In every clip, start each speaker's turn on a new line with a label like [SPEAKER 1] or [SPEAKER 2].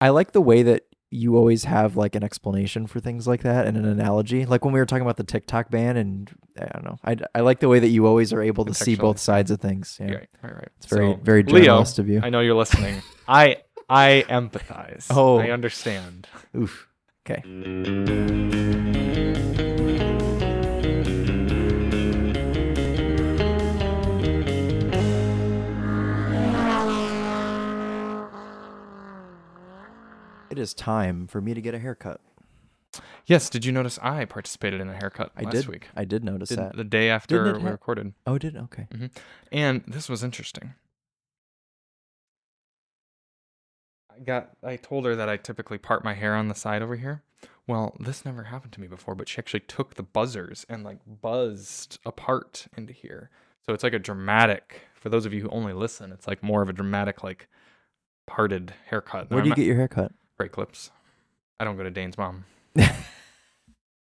[SPEAKER 1] I like the way that you always have like an explanation for things like that and an analogy. Like when we were talking about the TikTok ban, and I don't know. I, I like the way that you always are able to see
[SPEAKER 2] Contextually.
[SPEAKER 1] both sides of things. Yeah.
[SPEAKER 2] Right, right, right.
[SPEAKER 1] It's very,
[SPEAKER 2] So,
[SPEAKER 1] very
[SPEAKER 2] Leo,
[SPEAKER 1] journalist of you.
[SPEAKER 2] I know you're listening. I I empathize.
[SPEAKER 1] Oh.
[SPEAKER 2] I understand.
[SPEAKER 1] Oof. Okay. It is time for me to get a haircut.
[SPEAKER 2] Yes. Did you notice I participated in a haircut
[SPEAKER 1] I
[SPEAKER 2] last
[SPEAKER 1] did.
[SPEAKER 2] week?
[SPEAKER 1] I did notice
[SPEAKER 2] Did-
[SPEAKER 1] that.
[SPEAKER 2] the day after
[SPEAKER 1] it
[SPEAKER 2] we
[SPEAKER 1] ha-
[SPEAKER 2] recorded,
[SPEAKER 1] oh, did okay.
[SPEAKER 2] and this was interesting. I got. I told her that I typically part my hair on the side over here. Well, this never happened to me before, but she actually took the buzzers and like buzzed apart into here. So it's like a dramatic. For those of you who only listen, it's like more of a dramatic, like parted haircut. And
[SPEAKER 1] Where
[SPEAKER 2] I'm
[SPEAKER 1] do you
[SPEAKER 2] not-
[SPEAKER 1] get your haircut?
[SPEAKER 2] break lips. I don't go to Dane's mom. No,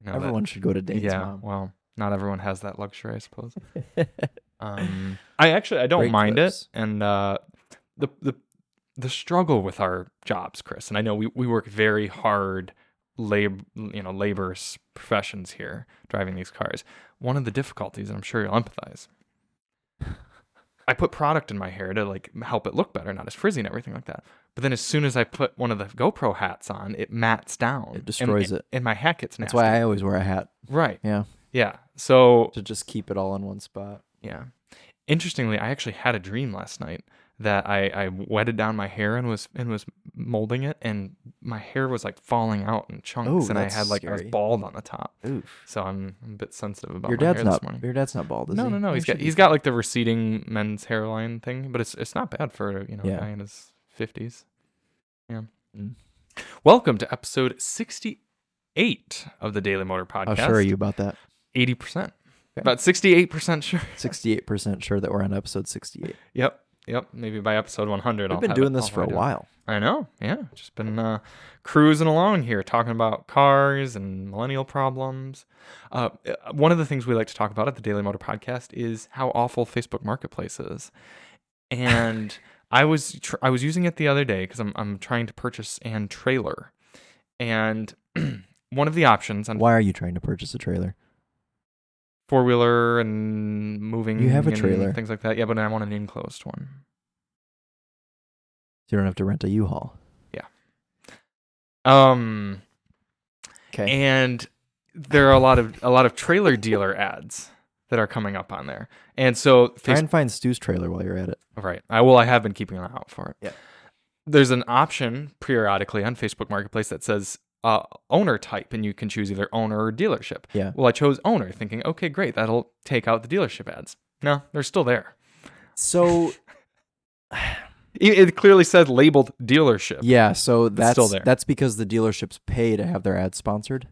[SPEAKER 2] that-
[SPEAKER 1] Everyone should go to Dane's
[SPEAKER 2] yeah.
[SPEAKER 1] mom.
[SPEAKER 2] Well, not everyone has that luxury, I suppose. Um, I actually I don't
[SPEAKER 1] Break
[SPEAKER 2] mind
[SPEAKER 1] lips.
[SPEAKER 2] it, and uh, the the the struggle with our jobs, Chris, and I know we we work very hard labor you know labor's professions here driving these cars one of the difficulties and i'm sure you'll empathize i put product in my hair to like help it look better not as frizzy and everything like that but then as soon as i put one of the gopro hats on it mats down
[SPEAKER 1] It destroys
[SPEAKER 2] and,
[SPEAKER 1] it.
[SPEAKER 2] and my hat gets
[SPEAKER 1] That's
[SPEAKER 2] nasty
[SPEAKER 1] why I always wear a hat.
[SPEAKER 2] right
[SPEAKER 1] Yeah.
[SPEAKER 2] yeah so
[SPEAKER 1] To just keep it all in one spot.
[SPEAKER 2] yeah. Interestingly, I actually had a dream last night that I, I wetted down my hair and was and was molding it, and my hair was like falling out in chunks,
[SPEAKER 1] Oh,
[SPEAKER 2] and I
[SPEAKER 1] that's
[SPEAKER 2] had like I was
[SPEAKER 1] scary.
[SPEAKER 2] bald on the top.
[SPEAKER 1] Oof.
[SPEAKER 2] So I'm a bit sensitive about
[SPEAKER 1] Your
[SPEAKER 2] my
[SPEAKER 1] dad's
[SPEAKER 2] hair
[SPEAKER 1] not
[SPEAKER 2] this morning.
[SPEAKER 1] your dad's not bald, is
[SPEAKER 2] No,
[SPEAKER 1] he?
[SPEAKER 2] no, no.
[SPEAKER 1] He
[SPEAKER 2] He's
[SPEAKER 1] should
[SPEAKER 2] got
[SPEAKER 1] be
[SPEAKER 2] he's got like the receding men's hairline thing, but it's it's not bad for you know
[SPEAKER 1] Yeah.
[SPEAKER 2] a guy in his fifties. Yeah.
[SPEAKER 1] Mm.
[SPEAKER 2] Welcome to episode sixty-eight of the Daily Motor
[SPEAKER 1] fine.
[SPEAKER 2] Podcast.
[SPEAKER 1] How Oh, sure are you about that?
[SPEAKER 2] Eighty percent.
[SPEAKER 1] Okay.
[SPEAKER 2] About sixty-eight percent sure.
[SPEAKER 1] Sixty-eight percent sure that we're on episode sixty-eight.
[SPEAKER 2] Yep. Yep. Maybe by episode 100.
[SPEAKER 1] We've
[SPEAKER 2] I'll
[SPEAKER 1] been
[SPEAKER 2] have
[SPEAKER 1] doing
[SPEAKER 2] it
[SPEAKER 1] this
[SPEAKER 2] all
[SPEAKER 1] for a
[SPEAKER 2] lined up.
[SPEAKER 1] while.
[SPEAKER 2] I know. Yeah. Just been uh, cruising along here, talking about cars and millennial problems. Uh, uh, one of the things we like to talk about at the Daily Motor Podcast is how awful Facebook Marketplace is. And I was tr- I was using it the other day because I'm I'm trying to purchase an trailer, and one of the options on
[SPEAKER 1] Why are you trying to purchase a trailer?
[SPEAKER 2] four wheeler and moving
[SPEAKER 1] You have a
[SPEAKER 2] and
[SPEAKER 1] trailer.
[SPEAKER 2] things like that. Yeah, but I want an enclosed one.
[SPEAKER 1] So you don't have to rent a U-Haul.
[SPEAKER 2] Um.
[SPEAKER 1] Okay.
[SPEAKER 2] and there are a lot of a lot of trailer dealer ads that are coming up on there. And so,
[SPEAKER 1] Try
[SPEAKER 2] Facebook,
[SPEAKER 1] and find Stu's trailer while you're at it.
[SPEAKER 2] right, I will. I have been keeping an eye out for it.
[SPEAKER 1] Yeah.
[SPEAKER 2] There's an option periodically on Facebook Marketplace that says uh, owner type, and you can choose either owner or dealership.
[SPEAKER 1] Yeah.
[SPEAKER 2] Well, I chose owner, thinking, okay, great, that'll take out the dealership ads. No, they're still there.
[SPEAKER 1] So
[SPEAKER 2] It, it clearly says labeled dealership.
[SPEAKER 1] yeah, so that's
[SPEAKER 2] still there.
[SPEAKER 1] that's because the dealerships pay to have their ads sponsored.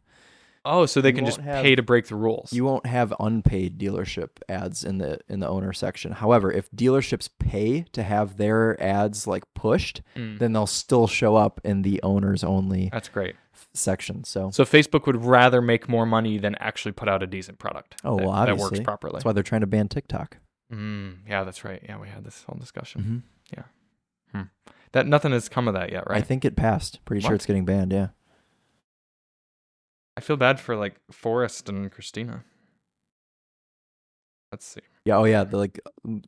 [SPEAKER 2] Oh, so they
[SPEAKER 1] You
[SPEAKER 2] can just
[SPEAKER 1] won't have-
[SPEAKER 2] pay to break the rules.
[SPEAKER 1] You won't have unpaid dealership ads in the in the owner section. However, if dealerships pay to have their ads like pushed,
[SPEAKER 2] Mm.
[SPEAKER 1] then they'll still show up in the owners only
[SPEAKER 2] That's great.
[SPEAKER 1] f- section. So,
[SPEAKER 2] So Facebook would rather make more money than actually put out a decent product.
[SPEAKER 1] oh
[SPEAKER 2] that,
[SPEAKER 1] well,
[SPEAKER 2] that
[SPEAKER 1] obviously
[SPEAKER 2] works properly.
[SPEAKER 1] That's why they're trying to ban TikTok.
[SPEAKER 2] Mm, yeah, that's right. Yeah, we had this whole discussion.
[SPEAKER 1] Mm-hmm.
[SPEAKER 2] Yeah. Hmm. That nothing has come of that yet, right?
[SPEAKER 1] I think it passed. Pretty sure
[SPEAKER 2] What?
[SPEAKER 1] it's getting banned. Yeah.
[SPEAKER 2] I feel bad for like Forrest and Christina. Let's see.
[SPEAKER 1] Yeah. Oh yeah. The, like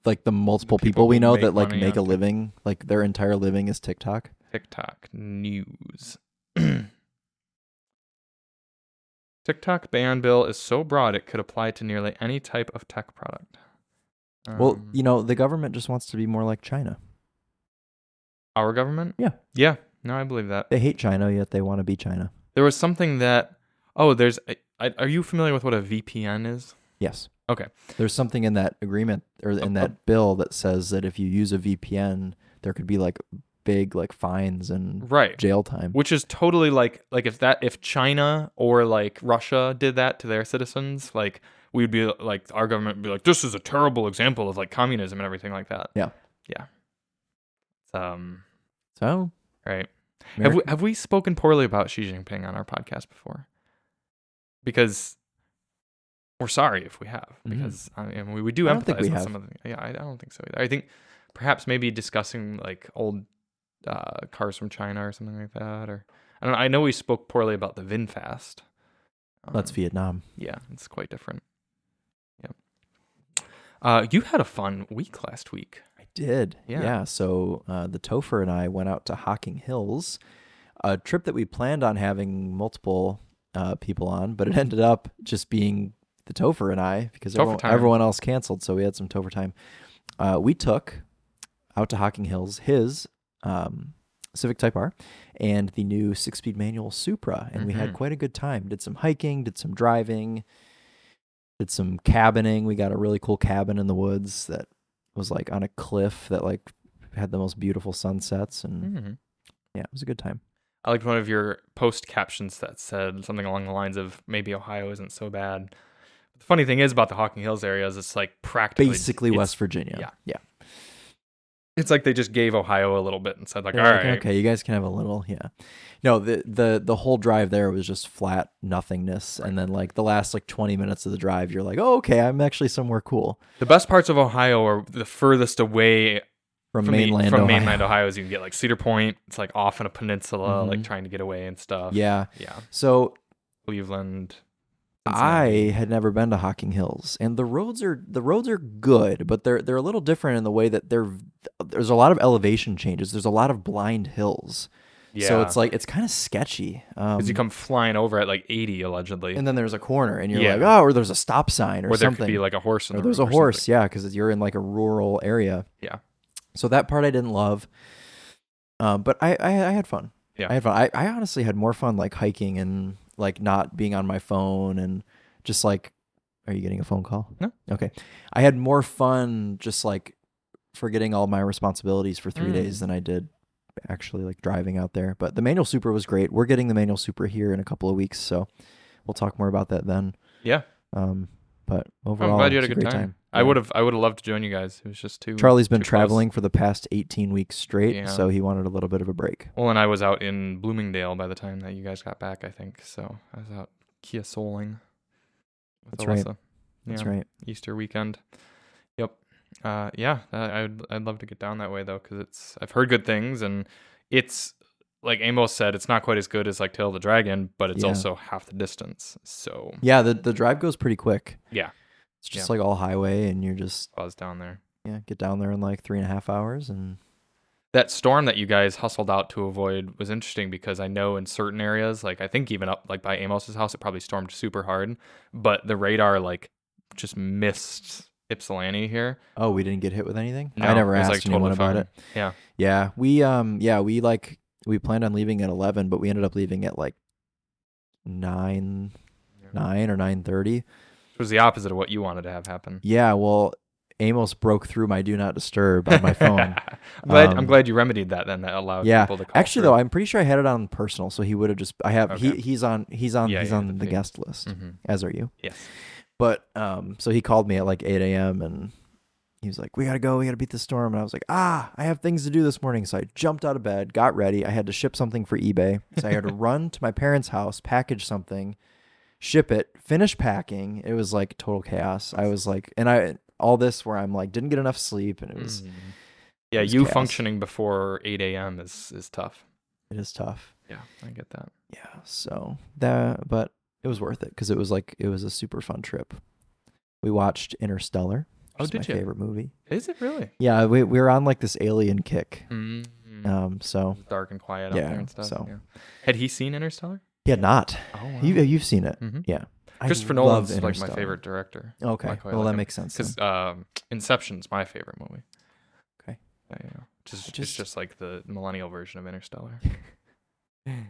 [SPEAKER 1] like the multiple
[SPEAKER 2] people
[SPEAKER 1] people, we
[SPEAKER 2] who
[SPEAKER 1] know
[SPEAKER 2] make
[SPEAKER 1] that like
[SPEAKER 2] money
[SPEAKER 1] make a
[SPEAKER 2] on Tik-
[SPEAKER 1] living, like their entire living is TikTok.
[SPEAKER 2] TikTok news. TikTok ban bill is so broad it could apply to nearly any type of tech product.
[SPEAKER 1] well,
[SPEAKER 2] Um,
[SPEAKER 1] you know, the government just wants to be more like China.
[SPEAKER 2] our government?
[SPEAKER 1] Yeah.
[SPEAKER 2] Yeah. No, I believe that.
[SPEAKER 1] They hate China, yet they want to be China.
[SPEAKER 2] There was something that. Oh, there's. I, I, are you familiar with what a VPN is?
[SPEAKER 1] Yes.
[SPEAKER 2] Okay. Oh,
[SPEAKER 1] There's something in that agreement or in that bill that says that if you use a VPN, there could be like big like fines and
[SPEAKER 2] Right.
[SPEAKER 1] jail time.
[SPEAKER 2] which is totally like like if that if China or like Russia did that to their citizens, like we'd be like our government would be like this is a terrible example of like communism and everything like that.
[SPEAKER 1] Yeah.
[SPEAKER 2] yeah. Um,
[SPEAKER 1] So
[SPEAKER 2] right.
[SPEAKER 1] Ameri-
[SPEAKER 2] have we have we spoken poorly about Xi Jinping on our podcast before? Because we're sorry if we have,
[SPEAKER 1] Mhm.
[SPEAKER 2] because I mean we, we do
[SPEAKER 1] I
[SPEAKER 2] empathize
[SPEAKER 1] don't think we
[SPEAKER 2] with
[SPEAKER 1] have.
[SPEAKER 2] some of the. Yeah, I, I don't think so either. I think perhaps maybe discussing like old uh, cars from China or something like that. Or I don't know. I know we spoke poorly about the VinFast.
[SPEAKER 1] That's
[SPEAKER 2] Um,
[SPEAKER 1] Vietnam.
[SPEAKER 2] yeah, it's quite different. Yeah. Uh, you had a fun week last week.
[SPEAKER 1] I did.
[SPEAKER 2] Yeah.
[SPEAKER 1] so uh, the Topher and I went out to Hocking Hills, a trip that we planned on having multiple uh, people on, but it ended up just being the Topher and I because
[SPEAKER 2] Topher
[SPEAKER 1] everyone,
[SPEAKER 2] time.
[SPEAKER 1] everyone else canceled. So we had some Topher time. Uh, we took out to Hocking Hills his um, Civic Type R and the new six speed manual Supra. And we had
[SPEAKER 2] Mhm.
[SPEAKER 1] quite a good time. Did some hiking, did some driving, did some cabining. We got a really cool cabin in the woods that was like on a cliff that like had the most beautiful sunsets and
[SPEAKER 2] Mm-hmm.
[SPEAKER 1] yeah, it was a good time.
[SPEAKER 2] I liked one of your post captions that said something along the lines of maybe Ohio isn't so bad. The funny thing is about the Hocking Hills area is it's like practically
[SPEAKER 1] Basically
[SPEAKER 2] it's,
[SPEAKER 1] West Virginia.
[SPEAKER 2] yeah.
[SPEAKER 1] Yeah.
[SPEAKER 2] It's like they just gave Ohio a little bit and said like,
[SPEAKER 1] They're
[SPEAKER 2] all
[SPEAKER 1] like,
[SPEAKER 2] right,
[SPEAKER 1] Okay, you guys can have a little. Yeah. No, the the the whole drive there was just flat nothingness, and then like the last like twenty minutes of the drive, you're like, oh, okay, I'm actually somewhere cool
[SPEAKER 2] the best parts of Ohio are the furthest away
[SPEAKER 1] from,
[SPEAKER 2] from,
[SPEAKER 1] mainland.
[SPEAKER 2] the, from
[SPEAKER 1] Ohio.
[SPEAKER 2] mainland Ohio as you can get. Like Cedar Point, it's like off in a peninsula, like
[SPEAKER 1] Mhm.
[SPEAKER 2] trying to get away and stuff.
[SPEAKER 1] Yeah.
[SPEAKER 2] yeah.
[SPEAKER 1] So
[SPEAKER 2] Cleveland. Cincinnati.
[SPEAKER 1] I had never been to Hocking Hills, and the roads are the roads are good, but they're they're a little different in the way that they're there's a lot of elevation changes. There's a lot of blind hills,
[SPEAKER 2] yeah.
[SPEAKER 1] so it's like it's kind of sketchy. Um,
[SPEAKER 2] because you come flying over at like 80 allegedly,
[SPEAKER 1] and then there's a corner, and you're
[SPEAKER 2] Yeah.
[SPEAKER 1] like, oh, or there's a stop sign, or,
[SPEAKER 2] or there
[SPEAKER 1] something.
[SPEAKER 2] could be like a horse. In
[SPEAKER 1] or
[SPEAKER 2] the
[SPEAKER 1] Oh, there's a
[SPEAKER 2] road something.
[SPEAKER 1] horse, yeah, because you're in like a rural area.
[SPEAKER 2] Yeah.
[SPEAKER 1] So that part I didn't love, um, but I, I I had fun.
[SPEAKER 2] Yeah.
[SPEAKER 1] I had fun. I, I honestly had more fun like hiking and like not being on my phone and just like, are you getting a phone call?
[SPEAKER 2] No.
[SPEAKER 1] Okay. I had more fun just like forgetting all my responsibilities for three
[SPEAKER 2] Mm.
[SPEAKER 1] days than I did actually like driving out there. But the manual super was great. We're getting the manual super here in a couple of weeks, so we'll talk more about that then.
[SPEAKER 2] Yeah.
[SPEAKER 1] Um, but overall,
[SPEAKER 2] I'm glad you had
[SPEAKER 1] it's
[SPEAKER 2] a good
[SPEAKER 1] great
[SPEAKER 2] time.
[SPEAKER 1] time.
[SPEAKER 2] I
[SPEAKER 1] Yeah.
[SPEAKER 2] would have I would have loved to join you guys. It was just too
[SPEAKER 1] Charlie's been
[SPEAKER 2] too close.
[SPEAKER 1] traveling for the past 18 weeks straight,
[SPEAKER 2] Yeah.
[SPEAKER 1] so he wanted a little bit of a break.
[SPEAKER 2] Well, and I was out in Bloomingdale by the time that you guys got back, I think. So I was out Kia Souling. with
[SPEAKER 1] That's right.
[SPEAKER 2] Alyssa.
[SPEAKER 1] That's
[SPEAKER 2] yeah.
[SPEAKER 1] right.
[SPEAKER 2] Easter weekend. Yep. Uh, yeah, I- I'd I'd love to get down that way though, because it's I've heard good things, and it's like Amos said, it's not quite as good as like Tail of the Dragon, but it's
[SPEAKER 1] Yeah.
[SPEAKER 2] also half the distance. So
[SPEAKER 1] Yeah, the, the drive goes pretty quick.
[SPEAKER 2] Yeah.
[SPEAKER 1] It's just like all highway, and you're just,
[SPEAKER 2] I was down there.
[SPEAKER 1] yeah, get down there in like three and a half hours. And
[SPEAKER 2] That storm that you guys hustled out to avoid was interesting because I know in certain areas, like I think even up like by Amos's house, it probably stormed super hard, but the radar like just missed Ypsilanti here.
[SPEAKER 1] oh, we didn't get hit with anything? I
[SPEAKER 2] No,
[SPEAKER 1] never
[SPEAKER 2] it was,
[SPEAKER 1] asked
[SPEAKER 2] like,
[SPEAKER 1] anyone
[SPEAKER 2] totally
[SPEAKER 1] about
[SPEAKER 2] fine.
[SPEAKER 1] it.
[SPEAKER 2] Yeah.
[SPEAKER 1] Yeah. We, um, yeah, we like, we planned on leaving at 11, but we ended up leaving at like 9,
[SPEAKER 2] Yeah.
[SPEAKER 1] 9 or 9.30.
[SPEAKER 2] It was the opposite of what you wanted to have happen.
[SPEAKER 1] Yeah, well, Amos broke through my do not disturb on my phone.
[SPEAKER 2] I'm, glad, I'm
[SPEAKER 1] Um,
[SPEAKER 2] glad you remedied that then. That allowed
[SPEAKER 1] yeah.
[SPEAKER 2] people to call
[SPEAKER 1] Actually, though, I'm pretty sure I had it on personal, so he would have just. I have
[SPEAKER 2] Okay.
[SPEAKER 1] he he's on he's on
[SPEAKER 2] Yeah,
[SPEAKER 1] he's
[SPEAKER 2] yeah,
[SPEAKER 1] on
[SPEAKER 2] that'd
[SPEAKER 1] the
[SPEAKER 2] be-
[SPEAKER 1] guest list,
[SPEAKER 2] hmm
[SPEAKER 1] as are you.
[SPEAKER 2] Yes.
[SPEAKER 1] But um, so he called me at like 8 a.m. and he was like, "We gotta go, we gotta beat the storm," and I was like, "Ah, I have things to do this morning," so I jumped out of bed, got ready. I had to ship something for eBay, so I had to run to my parents' house, package something, ship it, finish packing. It was like total chaos. I was like, and I all this where I'm like, didn't get enough sleep, and it was
[SPEAKER 2] Mhm. Yeah,
[SPEAKER 1] was
[SPEAKER 2] you
[SPEAKER 1] chaos.
[SPEAKER 2] functioning before 8 a.m. is is tough.
[SPEAKER 1] it is tough.
[SPEAKER 2] Yeah, I get that.
[SPEAKER 1] yeah so that but it was worth it because it was like it was a super fun trip we watched interstellar
[SPEAKER 2] Oh,
[SPEAKER 1] which is
[SPEAKER 2] did
[SPEAKER 1] my
[SPEAKER 2] you?
[SPEAKER 1] favorite movie
[SPEAKER 2] Is it really?
[SPEAKER 1] yeah we, we were on like this alien kick
[SPEAKER 2] mm
[SPEAKER 1] um so
[SPEAKER 2] dark and quiet out
[SPEAKER 1] yeah,
[SPEAKER 2] there and stuff.
[SPEAKER 1] so-
[SPEAKER 2] Yeah. Had he seen Interstellar?
[SPEAKER 1] yeah not
[SPEAKER 2] Oh, wow.
[SPEAKER 1] you, you've seen it
[SPEAKER 2] Mhm.
[SPEAKER 1] I
[SPEAKER 2] Christopher
[SPEAKER 1] love
[SPEAKER 2] Nolan's like my
[SPEAKER 1] Interstellar.
[SPEAKER 2] favorite director
[SPEAKER 1] okay
[SPEAKER 2] like, I
[SPEAKER 1] well
[SPEAKER 2] like
[SPEAKER 1] that
[SPEAKER 2] him.
[SPEAKER 1] makes sense then.
[SPEAKER 2] because um, Inception's my favorite movie.
[SPEAKER 1] Okay.
[SPEAKER 2] Yeah, yeah. Just, it's
[SPEAKER 1] just-
[SPEAKER 2] just like the millennial version of Interstellar.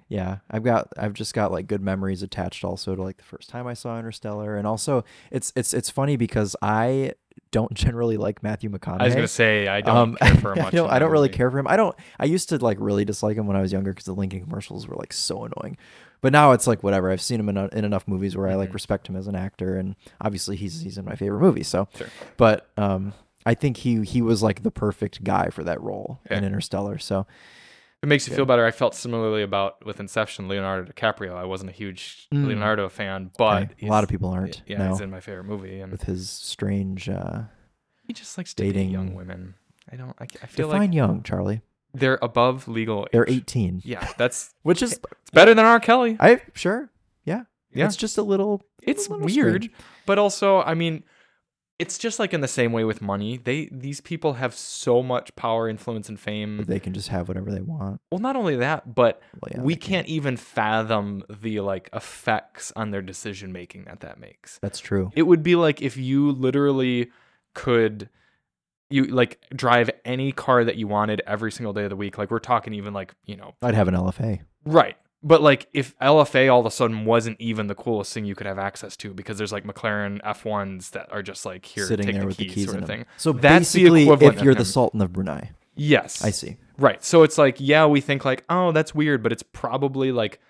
[SPEAKER 1] yeah i've got i've just got like good memories attached also to like the first time i saw interstellar and also it's it's it's funny because i don't generally like matthew mcconaughey
[SPEAKER 2] I was gonna say I don't care for
[SPEAKER 1] Um,
[SPEAKER 2] him
[SPEAKER 1] I
[SPEAKER 2] much.
[SPEAKER 1] don't,
[SPEAKER 2] in
[SPEAKER 1] I
[SPEAKER 2] that
[SPEAKER 1] don't really
[SPEAKER 2] movie.
[SPEAKER 1] care for him. I don't. I used to like really dislike him when I was younger because the Lincoln commercials were like so annoying. But now it's like whatever. I've seen him in, en- in enough movies where I like
[SPEAKER 2] Mhm.
[SPEAKER 1] respect him as an actor, and obviously he's he's in my favorite movie. So,
[SPEAKER 2] Sure.
[SPEAKER 1] but um, I think he he was like the perfect guy for that role in
[SPEAKER 2] Yeah.
[SPEAKER 1] Interstellar. So
[SPEAKER 2] If it makes you
[SPEAKER 1] Yeah.
[SPEAKER 2] feel better. I felt similarly about with Inception, Leonardo DiCaprio. I wasn't a huge
[SPEAKER 1] Mm.
[SPEAKER 2] Leonardo fan, but
[SPEAKER 1] okay, a lot of
[SPEAKER 2] he's-
[SPEAKER 1] people aren't
[SPEAKER 2] Yeah,
[SPEAKER 1] now
[SPEAKER 2] he's in my favorite movie, and
[SPEAKER 1] with his strange uh,
[SPEAKER 2] he just likes dating young
[SPEAKER 1] dating-
[SPEAKER 2] women. I don't. I, I feel
[SPEAKER 1] define
[SPEAKER 2] like
[SPEAKER 1] young Charlie.
[SPEAKER 2] They're above legal age.
[SPEAKER 1] They're 18,
[SPEAKER 2] Yeah, that's
[SPEAKER 1] which is
[SPEAKER 2] it's better than R. Kelly.
[SPEAKER 1] I sure. Yeah.
[SPEAKER 2] Yeah.
[SPEAKER 1] It's just a little
[SPEAKER 2] It's
[SPEAKER 1] a little
[SPEAKER 2] weird,
[SPEAKER 1] strange.
[SPEAKER 2] but also, I mean, it's just like in the same way with money. They these people have so much power, influence, and fame.
[SPEAKER 1] they can just have whatever they want.
[SPEAKER 2] Well, not only that, but
[SPEAKER 1] Well, yeah,
[SPEAKER 2] we
[SPEAKER 1] they can-
[SPEAKER 2] can't even fathom the like effects on their decision making that that makes.
[SPEAKER 1] That's true.
[SPEAKER 2] It would be like if you literally could you like drive any car that you wanted every single day of the week. Like we're talking even like, you know,
[SPEAKER 1] I'd have an LFA.
[SPEAKER 2] right. But like if LFA all of a sudden wasn't even the coolest thing you could have access to because there's like McLaren F1s that are just like here
[SPEAKER 1] sitting
[SPEAKER 2] take
[SPEAKER 1] there
[SPEAKER 2] the
[SPEAKER 1] with
[SPEAKER 2] keys
[SPEAKER 1] the keys
[SPEAKER 2] sort
[SPEAKER 1] in
[SPEAKER 2] of
[SPEAKER 1] them.
[SPEAKER 2] thing.
[SPEAKER 1] So
[SPEAKER 2] That's the
[SPEAKER 1] basically,
[SPEAKER 2] equivalent
[SPEAKER 1] if
[SPEAKER 2] of
[SPEAKER 1] you're the
[SPEAKER 2] him.
[SPEAKER 1] Sultan of Brunei,
[SPEAKER 2] Yes.
[SPEAKER 1] I see.
[SPEAKER 2] Right. So it's like, yeah, we think like, oh, that's weird, but it's probably like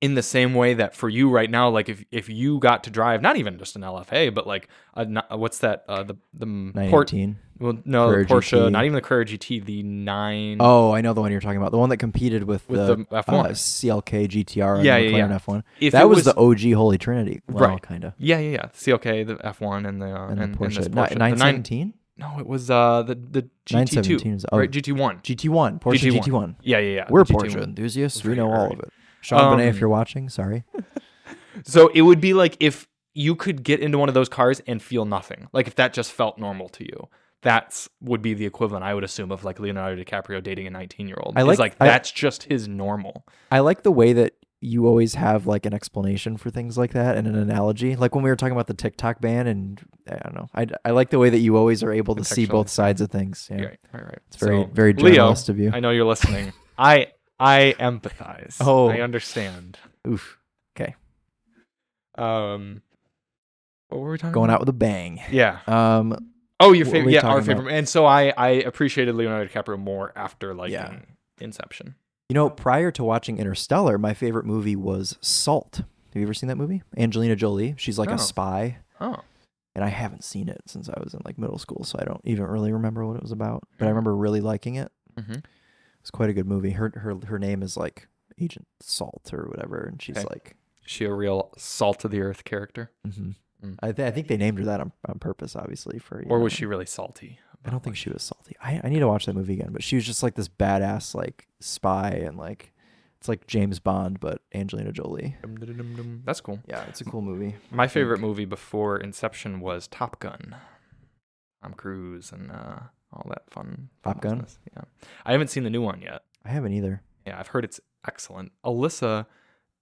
[SPEAKER 2] in the same way that for you right now, like if if you got to drive, not even just an LFA, but like a, n- what's that? Uh, the the port.
[SPEAKER 1] 918.
[SPEAKER 2] Well, no, the
[SPEAKER 1] Carrera
[SPEAKER 2] Porsche.
[SPEAKER 1] GT.
[SPEAKER 2] Not even the Carrera GT. The nine.
[SPEAKER 1] Oh, I know the one you're talking about. The one that competed with,
[SPEAKER 2] With
[SPEAKER 1] the,
[SPEAKER 2] the
[SPEAKER 1] uh,
[SPEAKER 2] F1.
[SPEAKER 1] CLK GTR and
[SPEAKER 2] Yeah,
[SPEAKER 1] the
[SPEAKER 2] yeah, yeah.
[SPEAKER 1] McLaren F1.
[SPEAKER 2] If
[SPEAKER 1] that
[SPEAKER 2] it
[SPEAKER 1] was,
[SPEAKER 2] was-
[SPEAKER 1] the OG Holy Trinity. Well,
[SPEAKER 2] Right.
[SPEAKER 1] Kind of.
[SPEAKER 2] Yeah, yeah, yeah. CLK, the F1, and the uh,
[SPEAKER 1] And, the
[SPEAKER 2] this
[SPEAKER 1] Porsche.
[SPEAKER 2] Porsche.
[SPEAKER 1] Ni-
[SPEAKER 2] The
[SPEAKER 1] 917?
[SPEAKER 2] No, it was uh the the GT2,
[SPEAKER 1] 917 is- oh.
[SPEAKER 2] right? GT1.
[SPEAKER 1] GT1. Porsche
[SPEAKER 2] GT1.
[SPEAKER 1] GT1.
[SPEAKER 2] Yeah, yeah, yeah.
[SPEAKER 1] We're
[SPEAKER 2] the GT1.
[SPEAKER 1] Porsche enthusiasts. We
[SPEAKER 2] Right,
[SPEAKER 1] know all
[SPEAKER 2] right.
[SPEAKER 1] of it. Sean Bonet,
[SPEAKER 2] Um,
[SPEAKER 1] if you're watching, sorry.
[SPEAKER 2] So it would be like if you could get into one of those cars and feel nothing. Like if that just felt normal to you. That's would be the equivalent, I would assume, of like Leonardo DiCaprio dating a 19 year old.
[SPEAKER 1] I
[SPEAKER 2] It's
[SPEAKER 1] like-
[SPEAKER 2] like
[SPEAKER 1] I-
[SPEAKER 2] that's just his normal.
[SPEAKER 1] I like the way that you always have like an explanation for things like that and an analogy. Like when we were talking about the TikTok ban, and I don't know. I, I like the way that you always are able to see
[SPEAKER 2] Contextualize.
[SPEAKER 1] both sides of things. Yeah.
[SPEAKER 2] Right, right, right. It's
[SPEAKER 1] very- very journalist of you.
[SPEAKER 2] I know you're listening. I I empathize.
[SPEAKER 1] Oh.
[SPEAKER 2] I understand.
[SPEAKER 1] Oof.
[SPEAKER 2] Um, what were we talking?
[SPEAKER 1] Going
[SPEAKER 2] about?
[SPEAKER 1] out with a bang.
[SPEAKER 2] Yeah.
[SPEAKER 1] Um,
[SPEAKER 2] Oh, your
[SPEAKER 1] What were
[SPEAKER 2] favorite.
[SPEAKER 1] we
[SPEAKER 2] Yeah, our
[SPEAKER 1] talking
[SPEAKER 2] favorite. And so I I appreciated Leonardo DiCaprio more after like
[SPEAKER 1] Yeah.
[SPEAKER 2] Inception.
[SPEAKER 1] you know, prior to watching Interstellar, my favorite movie was Salt. Have you ever seen that movie? Angelina Jolie. She's like
[SPEAKER 2] No.
[SPEAKER 1] a spy,
[SPEAKER 2] Oh,
[SPEAKER 1] and I haven't seen it since I was in like middle school, so I don't even really remember what it was about. But I remember really liking it.
[SPEAKER 2] mm-hmm.
[SPEAKER 1] It's quite a good movie. Her her her name is like Agent Salt or whatever, and she's
[SPEAKER 2] Okay.
[SPEAKER 1] like
[SPEAKER 2] she a real salt of the earth character,
[SPEAKER 1] Mhm.
[SPEAKER 2] Mm.
[SPEAKER 1] I, th- I think they named her that on, on purpose, obviously. For you
[SPEAKER 2] or was
[SPEAKER 1] know,
[SPEAKER 2] she really salty?
[SPEAKER 1] I don't think she was salty. I, I need to watch that movie again. But she was just like this badass like spy and like it's like James Bond but Angelina Jolie.
[SPEAKER 2] That's cool.
[SPEAKER 1] Yeah, it's a cool movie.
[SPEAKER 2] My favorite movie before Inception was Top Gun. Tom Cruise and uh, all that fun.
[SPEAKER 1] Top Gun?
[SPEAKER 2] famousness. Yeah, I haven't seen the new one yet.
[SPEAKER 1] I haven't either.
[SPEAKER 2] Yeah, I've heard it's excellent. Alyssa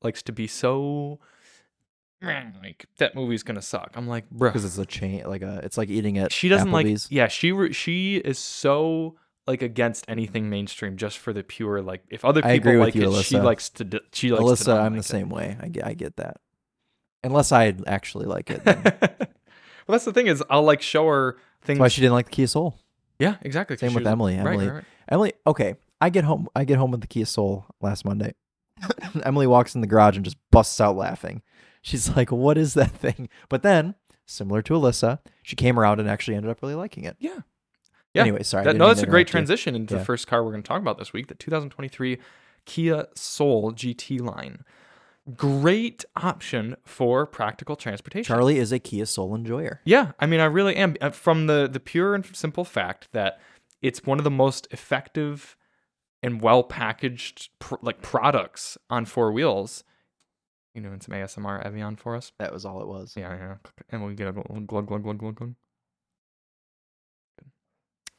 [SPEAKER 2] likes to be so like that movie's gonna suck. I'm like, bruh.
[SPEAKER 1] Because it's a chain, like a, it's like eating at
[SPEAKER 2] she doesn't
[SPEAKER 1] Applebee's.
[SPEAKER 2] like yeah she re- she is so like against anything mainstream just for the pure like if other
[SPEAKER 1] I
[SPEAKER 2] people
[SPEAKER 1] agree with
[SPEAKER 2] like
[SPEAKER 1] you,
[SPEAKER 2] it she
[SPEAKER 1] Alyssa.
[SPEAKER 2] likes to d- she likes to
[SPEAKER 1] Alyssa.
[SPEAKER 2] not
[SPEAKER 1] I'm the
[SPEAKER 2] like
[SPEAKER 1] same way. I get, I get that. Unless I actually like it, then.
[SPEAKER 2] it. well that's the thing is i'll like show her
[SPEAKER 1] that's
[SPEAKER 2] things
[SPEAKER 1] why she didn't like the Kia Soul.
[SPEAKER 2] yeah exactly 'cause
[SPEAKER 1] Same
[SPEAKER 2] she
[SPEAKER 1] with
[SPEAKER 2] was-
[SPEAKER 1] Emily.
[SPEAKER 2] right,
[SPEAKER 1] Emily,
[SPEAKER 2] right, right.
[SPEAKER 1] Emily. Okay, I get home. I get home with the Kia Soul last Monday. Emily walks in the garage and just busts out laughing. She's like, "What is that thing?" But then, similar to Alyssa, she came around and actually ended up really liking it.
[SPEAKER 2] yeah Yeah,
[SPEAKER 1] Anyway, sorry. I
[SPEAKER 2] That-
[SPEAKER 1] didn't
[SPEAKER 2] no
[SPEAKER 1] mean
[SPEAKER 2] that's
[SPEAKER 1] to
[SPEAKER 2] a great
[SPEAKER 1] interrupt you.
[SPEAKER 2] transition into the
[SPEAKER 1] Yeah.
[SPEAKER 2] first car we're going to talk about this week the 2023 kia soul gt line great option for practical transportation
[SPEAKER 1] Charlie is a Kia Soul enjoyer.
[SPEAKER 2] Yeah, I mean, I really am. Uh, From the the pure and simple fact that it's one of the most effective and well packaged pr- like products on four wheels. You doing some ASMR Evian for us?
[SPEAKER 1] That was all it was.
[SPEAKER 2] Yeah, yeah. click, And we get a little glug glug glug glug glug.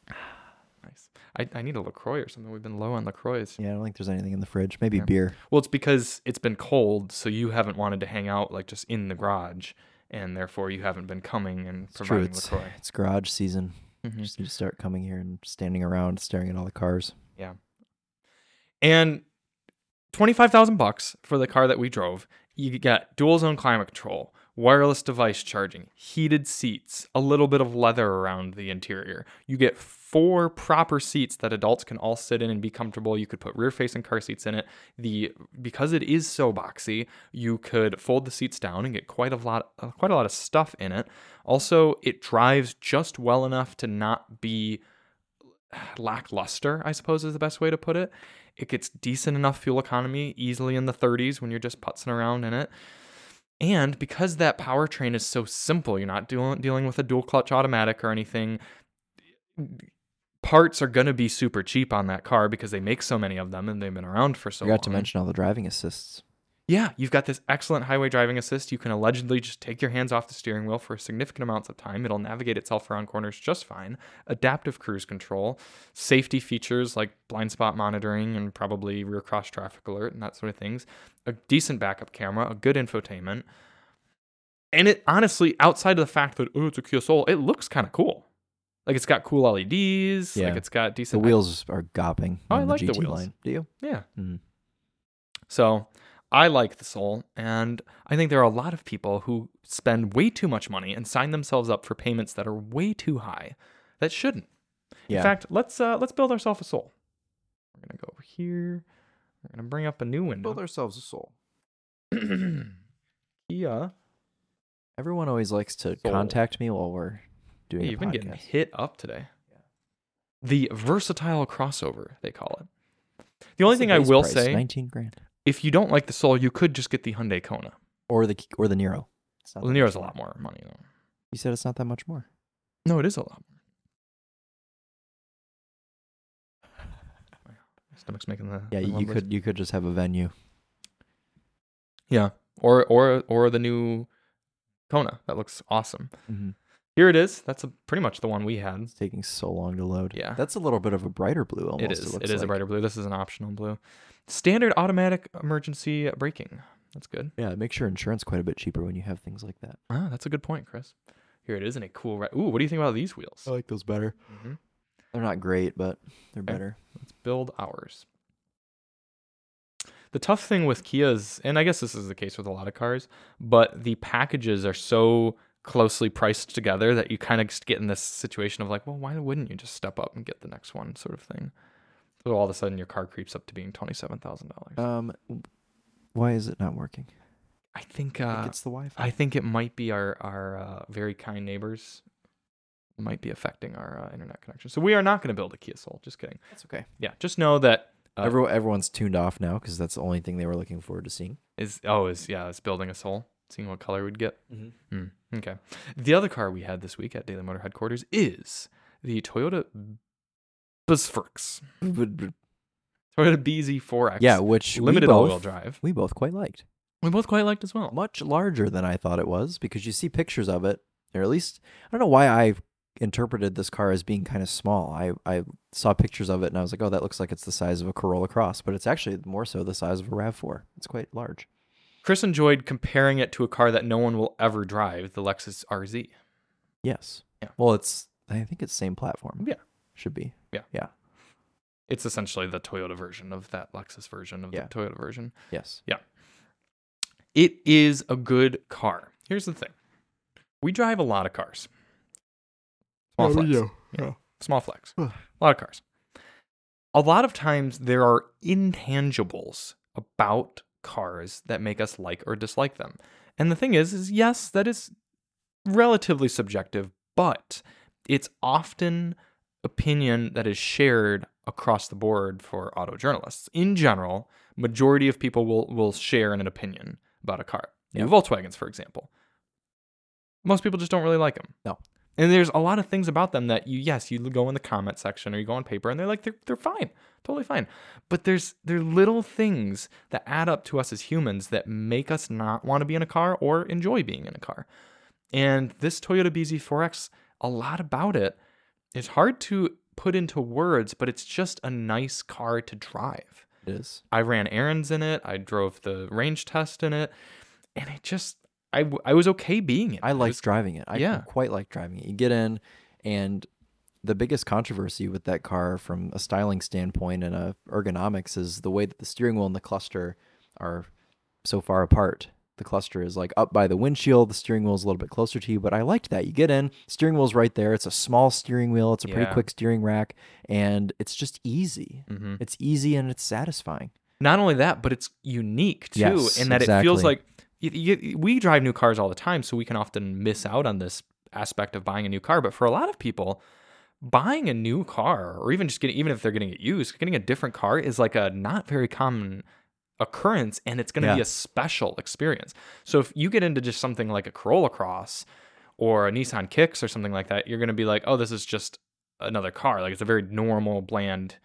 [SPEAKER 2] Good. Nice. I, I need a Lacroix or something. We've been low on Lacroix.
[SPEAKER 1] Yeah, I don't think there's anything in the fridge. Maybe
[SPEAKER 2] Yeah.
[SPEAKER 1] beer.
[SPEAKER 2] Well, it's because it's been cold, so you haven't wanted to hang out like just in the garage, and therefore you haven't been coming and
[SPEAKER 1] It's true.
[SPEAKER 2] providing
[SPEAKER 1] It's
[SPEAKER 2] Lacroix.
[SPEAKER 1] it's garage season.
[SPEAKER 2] Mhm.
[SPEAKER 1] Just need to start coming here and standing around, staring at all the cars.
[SPEAKER 2] and 25,000 bucks for the car that we drove. You got dual zone climate control, wireless device charging, heated seats, a little bit of leather around the interior. You get four proper seats that adults can all sit in and be comfortable. You could put rear facing car seats in it. The because it is so boxy, you could fold the seats down and get quite a lot uh, quite a lot of stuff in it. Also, it drives just well enough to not be lackluster, I suppose is the best way to put it. It gets decent enough fuel economy, easily in the 30s when you're just putzing around in it. And because that powertrain is so simple, you're not dealing dealing with a dual clutch automatic or anything. parts are going to be super cheap on that car because they make so many of them and they've been around for so
[SPEAKER 1] Forgot to
[SPEAKER 2] long.
[SPEAKER 1] mention all the driving assists.
[SPEAKER 2] Yeah, you've got this excellent highway driving assist. You can allegedly just take your hands off the steering wheel for significant amounts of time. It'll navigate itself around corners just fine. Adaptive cruise control, safety features like blind spot monitoring and probably rear cross traffic alert and that sort of things. A decent backup camera, a good infotainment. And it honestly, outside of the fact that oh, it's a Kia Soul, it looks kind of cool. Like it's got cool LEDs.
[SPEAKER 1] Yeah.
[SPEAKER 2] Like it's got
[SPEAKER 1] The
[SPEAKER 2] decent
[SPEAKER 1] wheels are gopping.
[SPEAKER 2] Oh, I
[SPEAKER 1] on
[SPEAKER 2] like the
[SPEAKER 1] the, GT
[SPEAKER 2] wheels.
[SPEAKER 1] line. Do you?
[SPEAKER 2] Yeah.
[SPEAKER 1] Mhm.
[SPEAKER 2] So I like the soul, and I think there are a lot of people who spend way too much money and sign themselves up for payments that are way too high that shouldn't.
[SPEAKER 1] Yeah.
[SPEAKER 2] In fact, let's uh, let's build ourselves a soul. We're gonna go over here. We're gonna bring up a new
[SPEAKER 1] build
[SPEAKER 2] window.
[SPEAKER 1] ourselves a soul.
[SPEAKER 2] yeah,
[SPEAKER 1] Everyone always likes to
[SPEAKER 2] Soul.
[SPEAKER 1] contact me while we're doing a
[SPEAKER 2] you've been
[SPEAKER 1] podcast.
[SPEAKER 2] getting hit up today. The versatile crossover, they call it. The only
[SPEAKER 1] What's
[SPEAKER 2] thing I
[SPEAKER 1] base
[SPEAKER 2] will
[SPEAKER 1] price?
[SPEAKER 2] say,
[SPEAKER 1] nineteen grand,
[SPEAKER 2] if you don't like the soul, you could just get the Hyundai Kona.
[SPEAKER 1] or the or the Nero. It's not
[SPEAKER 2] Well, the
[SPEAKER 1] that
[SPEAKER 2] Nero's a
[SPEAKER 1] much
[SPEAKER 2] lot more money though.
[SPEAKER 1] You said it's not that much more.
[SPEAKER 2] No, it is a lot. My stomach's making the
[SPEAKER 1] Yeah,
[SPEAKER 2] the
[SPEAKER 1] you
[SPEAKER 2] rumblings.
[SPEAKER 1] could you could just have a venue.
[SPEAKER 2] yeah or or or the new Kona that looks awesome.
[SPEAKER 1] Mhm.
[SPEAKER 2] Here it is. That's a, pretty much the one we had.
[SPEAKER 1] It's taking so long to load.
[SPEAKER 2] Yeah.
[SPEAKER 1] that's a little bit of a brighter blue. Almost.
[SPEAKER 2] It is. It,
[SPEAKER 1] looks
[SPEAKER 2] it is a
[SPEAKER 1] like.
[SPEAKER 2] brighter blue. This is an optional blue. Standard automatic emergency braking. That's good.
[SPEAKER 1] Yeah, it makes your insurance quite a bit cheaper when you have things like that.
[SPEAKER 2] Ah, that's a good point, Chris. Oh. Here it is in a cool red. Ooh, what do you think about these wheels?
[SPEAKER 1] like those better.
[SPEAKER 2] Mhm.
[SPEAKER 1] They're not great, but they're
[SPEAKER 2] Okay.
[SPEAKER 1] better.
[SPEAKER 2] Let's build ours. The tough thing with Kias, and I guess this is the case with a lot of cars, but the packages are so closely priced together that you kind of just get in this situation of like, well, why wouldn't you just step up and get the next one, sort of thing. So all of a sudden, your car creeps up to being twenty-seven thousand dollars.
[SPEAKER 1] Um, why is it not working?
[SPEAKER 2] I think
[SPEAKER 1] I
[SPEAKER 2] uh,
[SPEAKER 1] think it's the Wi-Fi.
[SPEAKER 2] I think it might be our our uh, very kind neighbors might be affecting our uh, internet connection. So we are not going to build a Kia Soul. Just kidding.
[SPEAKER 1] That's okay.
[SPEAKER 2] Yeah, just know that uh,
[SPEAKER 1] Everyone, everyone's tuned off now because that's the only thing they were looking forward to seeing.
[SPEAKER 2] Is oh is yeah, it's building a soul, seeing what color we'd get.
[SPEAKER 1] Mm-hmm.
[SPEAKER 2] Hmm, okay. The other car we had this week at Daily Motor headquarters is the Toyota Buzfix. Toyota BZ4X.
[SPEAKER 1] Yeah, which
[SPEAKER 2] limited
[SPEAKER 1] we
[SPEAKER 2] all-wheel
[SPEAKER 1] both,
[SPEAKER 2] drive.
[SPEAKER 1] we both quite liked.
[SPEAKER 2] We both quite liked as well.
[SPEAKER 1] Much larger than I thought it was because you see pictures of it, or at least I don't know why I interpreted this car as being kind of small. I I saw pictures of it and I was like, oh, that looks like it's the size of a Corolla Cross, but it's actually more so the size of a Rav Four. It's quite large.
[SPEAKER 2] Chris enjoyed comparing it to a car that no one will ever drive, the Lexus RZ.
[SPEAKER 1] Yes.
[SPEAKER 2] Yeah.
[SPEAKER 1] Well, it's I think it's same platform.
[SPEAKER 2] Yeah.
[SPEAKER 1] Should be.
[SPEAKER 2] It's essentially the Toyota version of that Lexus version of
[SPEAKER 1] Yeah.
[SPEAKER 2] the Toyota version.
[SPEAKER 1] Yes.
[SPEAKER 2] It is a good car. Here's the thing. We drive a lot of cars. Small flex. small flex a
[SPEAKER 1] Ugh.
[SPEAKER 2] lot of cars a lot of times there are intangibles about cars that make us like or dislike them and the thing is is yes that is relatively subjective but it's often opinion that is shared across the board for auto journalists in general majority of people will will share an opinion about a car
[SPEAKER 1] Yeah.
[SPEAKER 2] new volkswagens for example most people just don't really like them
[SPEAKER 1] No.
[SPEAKER 2] and there's a lot of things about them that you yes you go in the comment section or you go on paper and they're like they're, they're fine totally fine but there's there are little things that add up to us as humans that make us not want to be in a car or enjoy being in a car and this toyota bz4x a lot about it is hard to put into words but it's just a nice car to drive
[SPEAKER 1] It is.
[SPEAKER 2] I ran errands in it. I drove the range test in it, and it just I, w- I was okay being it.
[SPEAKER 1] I
[SPEAKER 2] It
[SPEAKER 1] liked
[SPEAKER 2] was-
[SPEAKER 1] driving it. I
[SPEAKER 2] yeah.
[SPEAKER 1] quite like driving it. You get in, and the biggest controversy with that car from a styling standpoint and a ergonomics is the way that the steering wheel and the cluster are so far apart. The cluster is like up by the windshield. The steering wheel is a little bit closer to you, but I liked that. You get in, steering wheel's right there. It's a small steering wheel. It's a pretty
[SPEAKER 2] Yeah.
[SPEAKER 1] quick steering rack, and it's just easy.
[SPEAKER 2] Mhm.
[SPEAKER 1] It's easy and it's satisfying.
[SPEAKER 2] not only that, but it's unique too,
[SPEAKER 1] Yes,
[SPEAKER 2] in that it feels
[SPEAKER 1] exactly.
[SPEAKER 2] like y y we drive new cars all the time, so we can often miss out on this aspect of buying a new car. But for a lot of people, buying a new car, or even just getting, even if they're getting it used, getting a different car is like a not very common occurrence, and it's going to be
[SPEAKER 1] Yeah.
[SPEAKER 2] a special experience. So if you get into just something like a Corolla Cross or a Nissan Kicks or something like that, you're going to be like, oh, this is just another car. Like it's a very normal, bland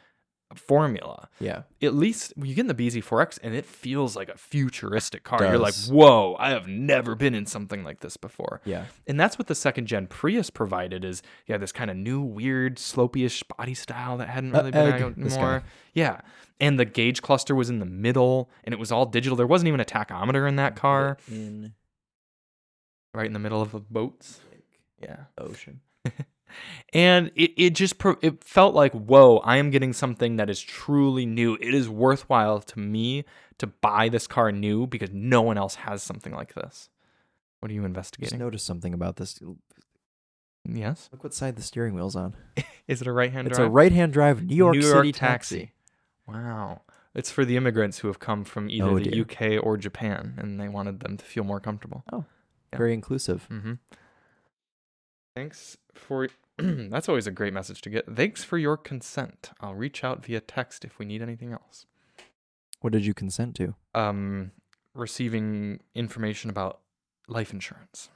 [SPEAKER 2] formula.
[SPEAKER 1] Yeah.
[SPEAKER 2] At least when you get in the BZ4X and it feels like a futuristic car, you're like,
[SPEAKER 1] Does.
[SPEAKER 2] whoa, I have never been in something like this before.
[SPEAKER 1] Yeah.
[SPEAKER 2] And that's what the second gen Prius provided is yeah, this kind of new, weird, slopey-ish body style that hadn't really been
[SPEAKER 1] egg,
[SPEAKER 2] out
[SPEAKER 1] Uh, this
[SPEAKER 2] more.
[SPEAKER 1] guy.
[SPEAKER 2] Yeah. And the gauge cluster was in the middle and it was all digital. There wasn't even a tachometer in that car,
[SPEAKER 1] in
[SPEAKER 2] right in the middle of the boats. Yeah.
[SPEAKER 1] ocean.
[SPEAKER 2] and it, it just pro- it felt like whoa i am getting something that is truly new it is worthwhile to me to buy this car new because no one else has something like this what are you
[SPEAKER 1] Just
[SPEAKER 2] investigating
[SPEAKER 1] noticed something about this. Look
[SPEAKER 2] yes
[SPEAKER 1] what side the steering wheel's on.
[SPEAKER 2] is it a right-hand
[SPEAKER 1] It's
[SPEAKER 2] drive
[SPEAKER 1] a right-hand drive New York
[SPEAKER 2] New York
[SPEAKER 1] City
[SPEAKER 2] taxi. wow it's for the immigrants who have come from either
[SPEAKER 1] Oh,
[SPEAKER 2] the
[SPEAKER 1] dear.
[SPEAKER 2] uk or japan and they wanted them to feel more comfortable Yeah.
[SPEAKER 1] Very inclusive.
[SPEAKER 2] mm-hmm. thanks for that's always a great message to get thanks for your consent i'll reach out via text if we need anything else
[SPEAKER 1] What did you consent to?
[SPEAKER 2] um, receiving information about life insurance.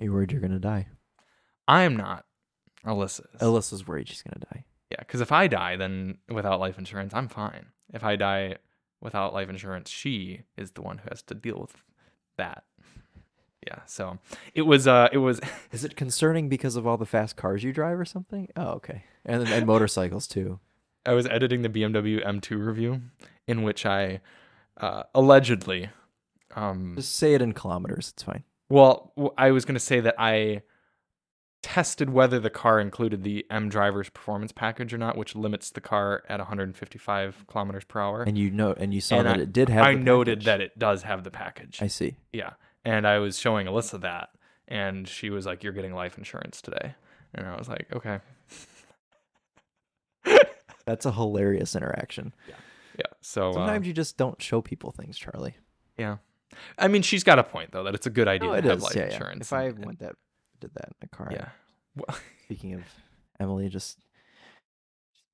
[SPEAKER 1] Are you worried you're gonna die?
[SPEAKER 2] I am not. Alyssa. is.
[SPEAKER 1] Alyssa's worried she's gonna die.
[SPEAKER 2] yeah, because if I die, then without life insurance, I'm fine. If I die without life insurance, she is the one who has to deal with that. Yeah, so it was. Uh, it was.
[SPEAKER 1] Is it concerning because of all the fast cars you drive or something? Oh, okay. And then and motorcycles too.
[SPEAKER 2] I was editing the BMW M2 review, in which I uh, allegedly um,
[SPEAKER 1] Just say it in kilometers. It's fine.
[SPEAKER 2] Well, w- I was going to say that I tested whether the car included the M driver's performance package or not, which limits the car at 155 kilometers per hour.
[SPEAKER 1] And you know, and you saw
[SPEAKER 2] And
[SPEAKER 1] that
[SPEAKER 2] I-
[SPEAKER 1] it did have.
[SPEAKER 2] I
[SPEAKER 1] the
[SPEAKER 2] noted
[SPEAKER 1] package.
[SPEAKER 2] that it does have the package.
[SPEAKER 1] I see.
[SPEAKER 2] yeah. And I was showing Alyssa that, and she was like, You're getting life insurance today. And I was like, Okay.
[SPEAKER 1] That's a hilarious interaction.
[SPEAKER 2] Yeah. So, uh,
[SPEAKER 1] Sometimes you just don't show people things, Charlie.
[SPEAKER 2] yeah. I mean, she's got a point, though, that it's a good idea
[SPEAKER 1] No,
[SPEAKER 2] to
[SPEAKER 1] Oh, it
[SPEAKER 2] have
[SPEAKER 1] is.
[SPEAKER 2] life
[SPEAKER 1] Yeah, yeah.
[SPEAKER 2] insurance.
[SPEAKER 1] If I
[SPEAKER 2] and-
[SPEAKER 1] went that did that in a car.
[SPEAKER 2] yeah. Well,
[SPEAKER 1] Speaking of Emily, just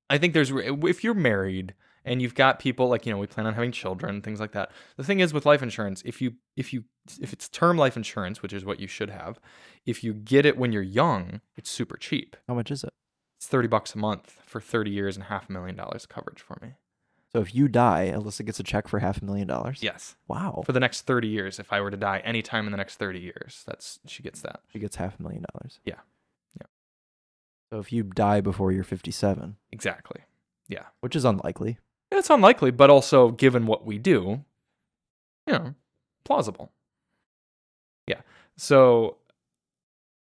[SPEAKER 2] I think there's if you're married and you've got people like you know we plan on having children things like that. The thing is with life insurance, if you if you if it's term life insurance, which is what you should have, if you get it when you're young, it's super cheap.
[SPEAKER 1] how much is it?
[SPEAKER 2] It's 30 bucks a month for 30 years and half a million dollars coverage for me.
[SPEAKER 1] So if you die, Alyssa gets a check for half a million dollars.
[SPEAKER 2] Yes.
[SPEAKER 1] Wow.
[SPEAKER 2] For the next 30 years if I were to die anytime in the next 30 years, that's she gets that.
[SPEAKER 1] She gets half a million dollars.
[SPEAKER 2] Yeah. Yeah.
[SPEAKER 1] So if you die before you're 57,
[SPEAKER 2] Exactly.
[SPEAKER 1] which is unlikely,
[SPEAKER 2] It's unlikely, but also given what we do, you know, plausible. Yeah. So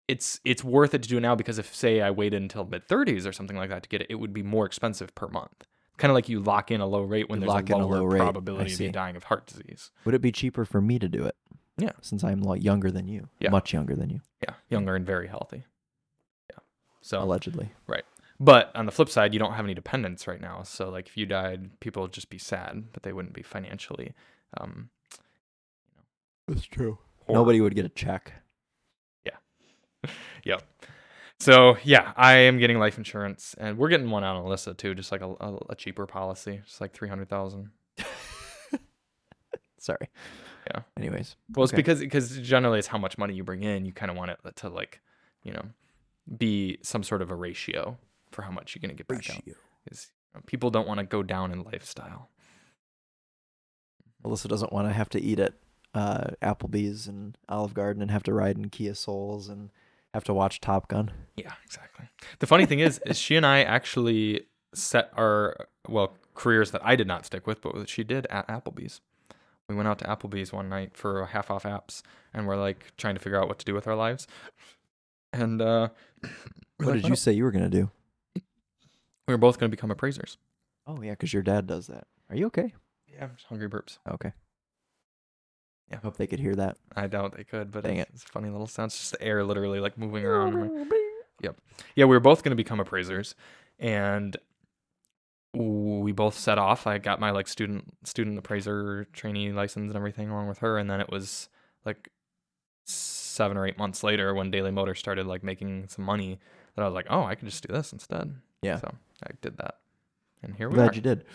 [SPEAKER 2] it's it's worth it to do it now because if say I waited until mid 30s or something like that to get it, it would be more expensive per month. Kind of like you lock in a low rate when
[SPEAKER 1] You
[SPEAKER 2] there's
[SPEAKER 1] lock
[SPEAKER 2] a
[SPEAKER 1] in a
[SPEAKER 2] lower
[SPEAKER 1] low rate. I
[SPEAKER 2] probability of you
[SPEAKER 1] see.
[SPEAKER 2] dying of heart disease.
[SPEAKER 1] would it be cheaper for me to do it?
[SPEAKER 2] Yeah.
[SPEAKER 1] Since I'm a lot younger than you,
[SPEAKER 2] Yeah.
[SPEAKER 1] much younger than you,
[SPEAKER 2] Yeah, younger and very healthy. Yeah. So
[SPEAKER 1] allegedly.
[SPEAKER 2] But on the flip side, you don't have any dependents right now. So like if you died, people would just be sad, but they wouldn't be financially um
[SPEAKER 1] That's true.
[SPEAKER 2] poor.
[SPEAKER 1] Nobody would get a check.
[SPEAKER 2] So yeah, I am getting life insurance, and we're getting one out on Alyssa too, just like a, a, a cheaper policy, just like three hundred thousand.
[SPEAKER 1] Sorry.
[SPEAKER 2] Yeah.
[SPEAKER 1] Anyways,
[SPEAKER 2] Well, it's
[SPEAKER 1] Okay.
[SPEAKER 2] because because generally it's how much money you bring in. You kind of want it to like, you know, be some sort of a ratio for how much you're gonna get back out. 'Cause, you know, people don't want to go down in lifestyle.
[SPEAKER 1] Alyssa doesn't want to have to eat at uh, Applebee's and Olive Garden and have to ride in Kia Souls and have to watch Top Gun.
[SPEAKER 2] Yeah, exactly. The funny thing is, is she and I actually set our well careers that I did not stick with, but that she did at Applebee's. We went out to Applebee's one night for half off apps, and we're like trying to figure out what to do with our lives. And uh, we're
[SPEAKER 1] What
[SPEAKER 2] like,
[SPEAKER 1] did
[SPEAKER 2] "Why
[SPEAKER 1] you
[SPEAKER 2] don't-
[SPEAKER 1] say you were going to do?
[SPEAKER 2] We were both going to become appraisers.
[SPEAKER 1] Oh, yeah, because your dad does that. Are you okay?
[SPEAKER 2] Yeah, I'm just hungry burps.
[SPEAKER 1] Okay.
[SPEAKER 2] Yeah.
[SPEAKER 1] Hope they could hear that.
[SPEAKER 2] I doubt they could, but
[SPEAKER 1] Dang
[SPEAKER 2] it's, it's a funny little sound. It's just the air literally like moving around. in my-
[SPEAKER 1] That's
[SPEAKER 2] yeah, we were both going to become appraisers, and we both set off. I got my like student student appraiser trainee license and everything along with her, and then it was like seven or eight months later when Daily Motor started like making some money that I was like, oh, I could just do this instead.
[SPEAKER 1] Yeah.
[SPEAKER 2] so I did that, and here we are.
[SPEAKER 1] Glad you did.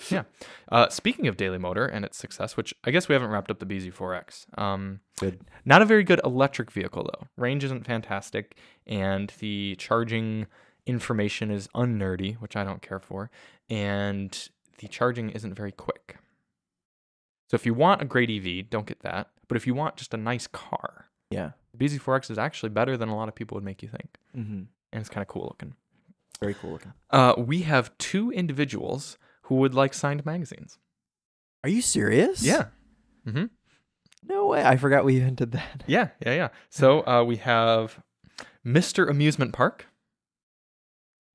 [SPEAKER 2] Uh, speaking of Daily Motor and its success, which I guess we haven't wrapped up the BZ4X. Um,
[SPEAKER 1] Good.
[SPEAKER 2] Not a very good electric vehicle though. Range isn't fantastic, and the charging information is unnerdy, which I don't care for, and the charging isn't very quick. So if you want a great EV, don't get that. But if you want just a nice car,
[SPEAKER 1] Yeah.
[SPEAKER 2] the BZ4X is actually better than a lot of people would make you think,
[SPEAKER 1] Mm-hmm.
[SPEAKER 2] and it's kind of cool looking.
[SPEAKER 1] Very cool looking.
[SPEAKER 2] Uh, we have two individuals who would like signed magazines.
[SPEAKER 1] Are you serious?
[SPEAKER 2] Mm-hmm.
[SPEAKER 1] No way. I forgot we even did that.
[SPEAKER 2] Yeah, yeah, yeah.
[SPEAKER 1] Mm-hmm.
[SPEAKER 2] So uh, we have Mr. Amusement Park.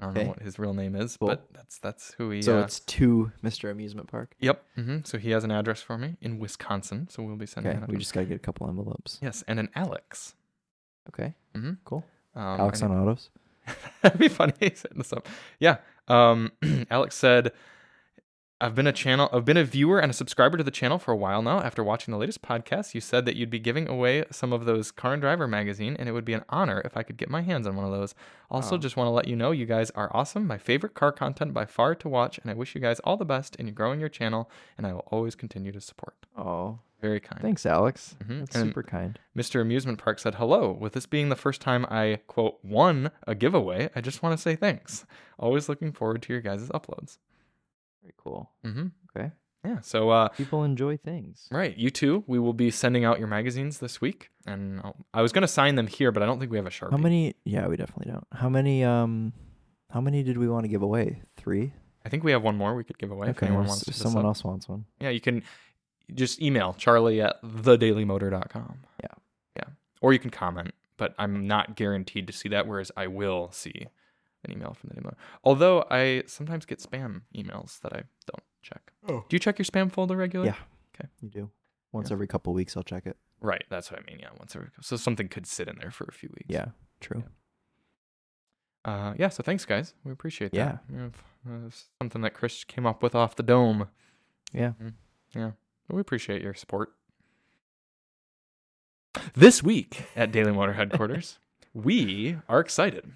[SPEAKER 2] I don't
[SPEAKER 1] Okay.
[SPEAKER 2] know what his real name is,
[SPEAKER 1] Cool.
[SPEAKER 2] but that's that's who he.
[SPEAKER 1] So
[SPEAKER 2] uh,
[SPEAKER 1] it's two Mr. Amusement Park.
[SPEAKER 2] yep. hmm So he has an address for me in Wisconsin, so we'll be sending
[SPEAKER 1] Okay.
[SPEAKER 2] that.
[SPEAKER 1] We
[SPEAKER 2] out.
[SPEAKER 1] just got to get a couple envelopes.
[SPEAKER 2] yes, and an Alex.
[SPEAKER 1] Okay.
[SPEAKER 2] Mhm.
[SPEAKER 1] Mm-hmm, Cool.
[SPEAKER 2] Um,
[SPEAKER 1] Alex
[SPEAKER 2] I-
[SPEAKER 1] on autos.
[SPEAKER 2] That'd be funny. if he set this up. Yeah. Um, Alex said, "I've been a channel. I've been a viewer and a subscriber to the channel for a while now. After watching the latest podcast, you said that you'd be giving away some of those Car and Driver magazine, and it would be an honor if I could get my hands on one of those. Also,
[SPEAKER 1] Oh.
[SPEAKER 2] just want to let you know you guys are awesome. My favorite car content by far to watch, and I wish you guys all the best in growing your channel. And I will always continue to support.
[SPEAKER 1] Oh,
[SPEAKER 2] Very kind."
[SPEAKER 1] thanks, Alex.
[SPEAKER 2] Mhm.
[SPEAKER 1] That's
[SPEAKER 2] And-
[SPEAKER 1] super kind.
[SPEAKER 2] Mr. Amusement Park said, Hello, with this being the first time I, quote, won a giveaway, I just want to say thanks. Always looking forward to your guys' uploads.
[SPEAKER 1] Very cool.
[SPEAKER 2] Mm-hmm.
[SPEAKER 1] Okay.
[SPEAKER 2] Yeah. So, uh,
[SPEAKER 1] People enjoy things.
[SPEAKER 2] right, you too, we will be sending out your magazines this week. And I'll, I was going to sign them here, but I don't think we have a Sharpie.
[SPEAKER 1] How many? Yeah, we definitely don't. How many? Um, how many did we want to give away? Three.
[SPEAKER 2] I think we have one more we could give away if anyone
[SPEAKER 1] s-
[SPEAKER 2] wants to.
[SPEAKER 1] if
[SPEAKER 2] just
[SPEAKER 1] someone
[SPEAKER 2] sub-
[SPEAKER 1] else wants one.
[SPEAKER 2] Yeah, you can just email charlie at thedailymotor.com.
[SPEAKER 1] Yeah.
[SPEAKER 2] Yeah. Or you can comment, but I'm not guaranteed to see that, whereas I will see an email from the Daily Motor. Although I sometimes get spam emails that I don't check.
[SPEAKER 1] Oh.
[SPEAKER 2] Do you check your spam folder regularly?
[SPEAKER 1] Yeah. You do. Once
[SPEAKER 2] Yeah.
[SPEAKER 1] every couple weeks, I'll check it.
[SPEAKER 2] Right. That's what I mean. Yeah. Once every, so something could sit in there for a few weeks.
[SPEAKER 1] Yeah. True.
[SPEAKER 2] Uh, yeah. So thanks, guys. We appreciate
[SPEAKER 1] Yeah.
[SPEAKER 2] that. Yeah. Uh, something that Chris came up with off the dome. Mm-hmm.
[SPEAKER 1] Yeah.
[SPEAKER 2] We appreciate your support. This week at Daily Motor headquarters, we are excited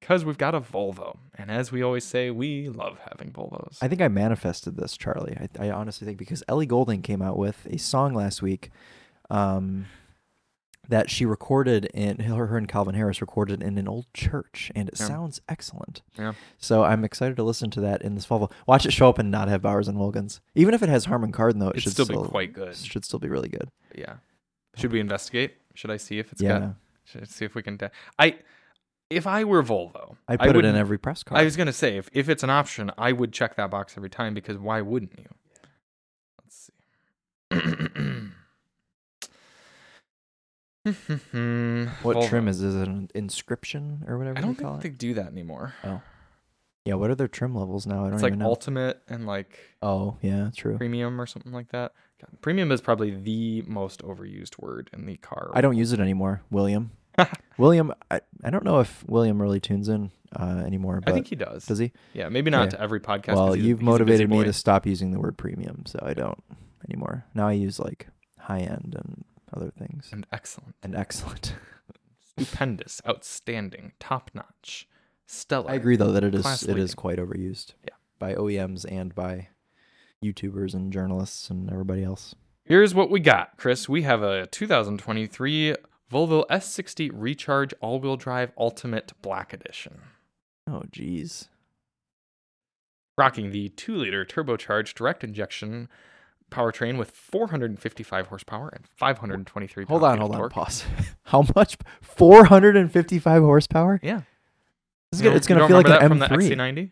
[SPEAKER 2] because we've got a Volvo. And as we always say, we love having Volvos.
[SPEAKER 1] I think I manifested this, Charlie. I, I honestly think because Ellie Golding came out with a song last week, um, that she recorded in her, her and Calvin Harris recorded in an old church, and it
[SPEAKER 2] Yeah.
[SPEAKER 1] sounds excellent.
[SPEAKER 2] Yeah.
[SPEAKER 1] So I'm excited to listen to that in this fall. Watch it show up and not have Bowers and Wilkins. Even if it has Harmon Kardon, though, it
[SPEAKER 2] It'd
[SPEAKER 1] should
[SPEAKER 2] still, be quite good.
[SPEAKER 1] should still be really good.
[SPEAKER 2] Yeah. Should we investigate? Should I see if it's
[SPEAKER 1] yeah.
[SPEAKER 2] got? Should I see if we can? da- I, if I were Volvo,
[SPEAKER 1] I put it in
[SPEAKER 2] wouldn't-
[SPEAKER 1] every press card.
[SPEAKER 2] I was gonna say if, if it's an option, I would check that box every time because why wouldn't you? Let's see.
[SPEAKER 1] what
[SPEAKER 2] Volvo.
[SPEAKER 1] trim is, is it an inscription or whatever
[SPEAKER 2] I don't
[SPEAKER 1] they call
[SPEAKER 2] think
[SPEAKER 1] it?
[SPEAKER 2] they do that anymore.
[SPEAKER 1] Yeah, what are their trim levels now? I don't
[SPEAKER 2] It's like
[SPEAKER 1] even know.
[SPEAKER 2] ultimate and like
[SPEAKER 1] oh, yeah, true.
[SPEAKER 2] premium or something like that. God, premium is probably the most overused word in the car.
[SPEAKER 1] I don't use it anymore, William. William, I, I don't know if William really tunes in uh, anymore,
[SPEAKER 2] I
[SPEAKER 1] but
[SPEAKER 2] think he does.
[SPEAKER 1] does he?
[SPEAKER 2] Yeah, maybe not
[SPEAKER 1] Yeah.
[SPEAKER 2] to every podcast. 'cause
[SPEAKER 1] Well,
[SPEAKER 2] he's a-
[SPEAKER 1] you've
[SPEAKER 2] he's a busy
[SPEAKER 1] motivated me
[SPEAKER 2] boy.
[SPEAKER 1] to stop using the word premium, so I don't anymore. Now I use like high end and other things
[SPEAKER 2] and excellent,
[SPEAKER 1] and excellent.
[SPEAKER 2] stupendous, outstanding, top notch, stellar.
[SPEAKER 1] I agree though that it is
[SPEAKER 2] Class
[SPEAKER 1] it is
[SPEAKER 2] leading.
[SPEAKER 1] quite overused.
[SPEAKER 2] Yeah.
[SPEAKER 1] By OEMs and by YouTubers and journalists and everybody else.
[SPEAKER 2] Here's what we got, Chris. We have a 2023 Volvo S60 Recharge All Wheel Drive Ultimate Black Edition,
[SPEAKER 1] Oh geez.
[SPEAKER 2] rocking the 2 liter turbocharged direct injection powertrain with 455 horsepower and 523
[SPEAKER 1] Hold on,
[SPEAKER 2] pound-feet of
[SPEAKER 1] hold on,
[SPEAKER 2] torque.
[SPEAKER 1] pause. How much? Four hundred and fifty-five horsepower.
[SPEAKER 2] Yeah.
[SPEAKER 1] This is
[SPEAKER 2] You
[SPEAKER 1] gonna,
[SPEAKER 2] don't-
[SPEAKER 1] it's gonna
[SPEAKER 2] you
[SPEAKER 1] feel
[SPEAKER 2] don't
[SPEAKER 1] like an
[SPEAKER 2] remember that
[SPEAKER 1] M3.
[SPEAKER 2] from the XC90?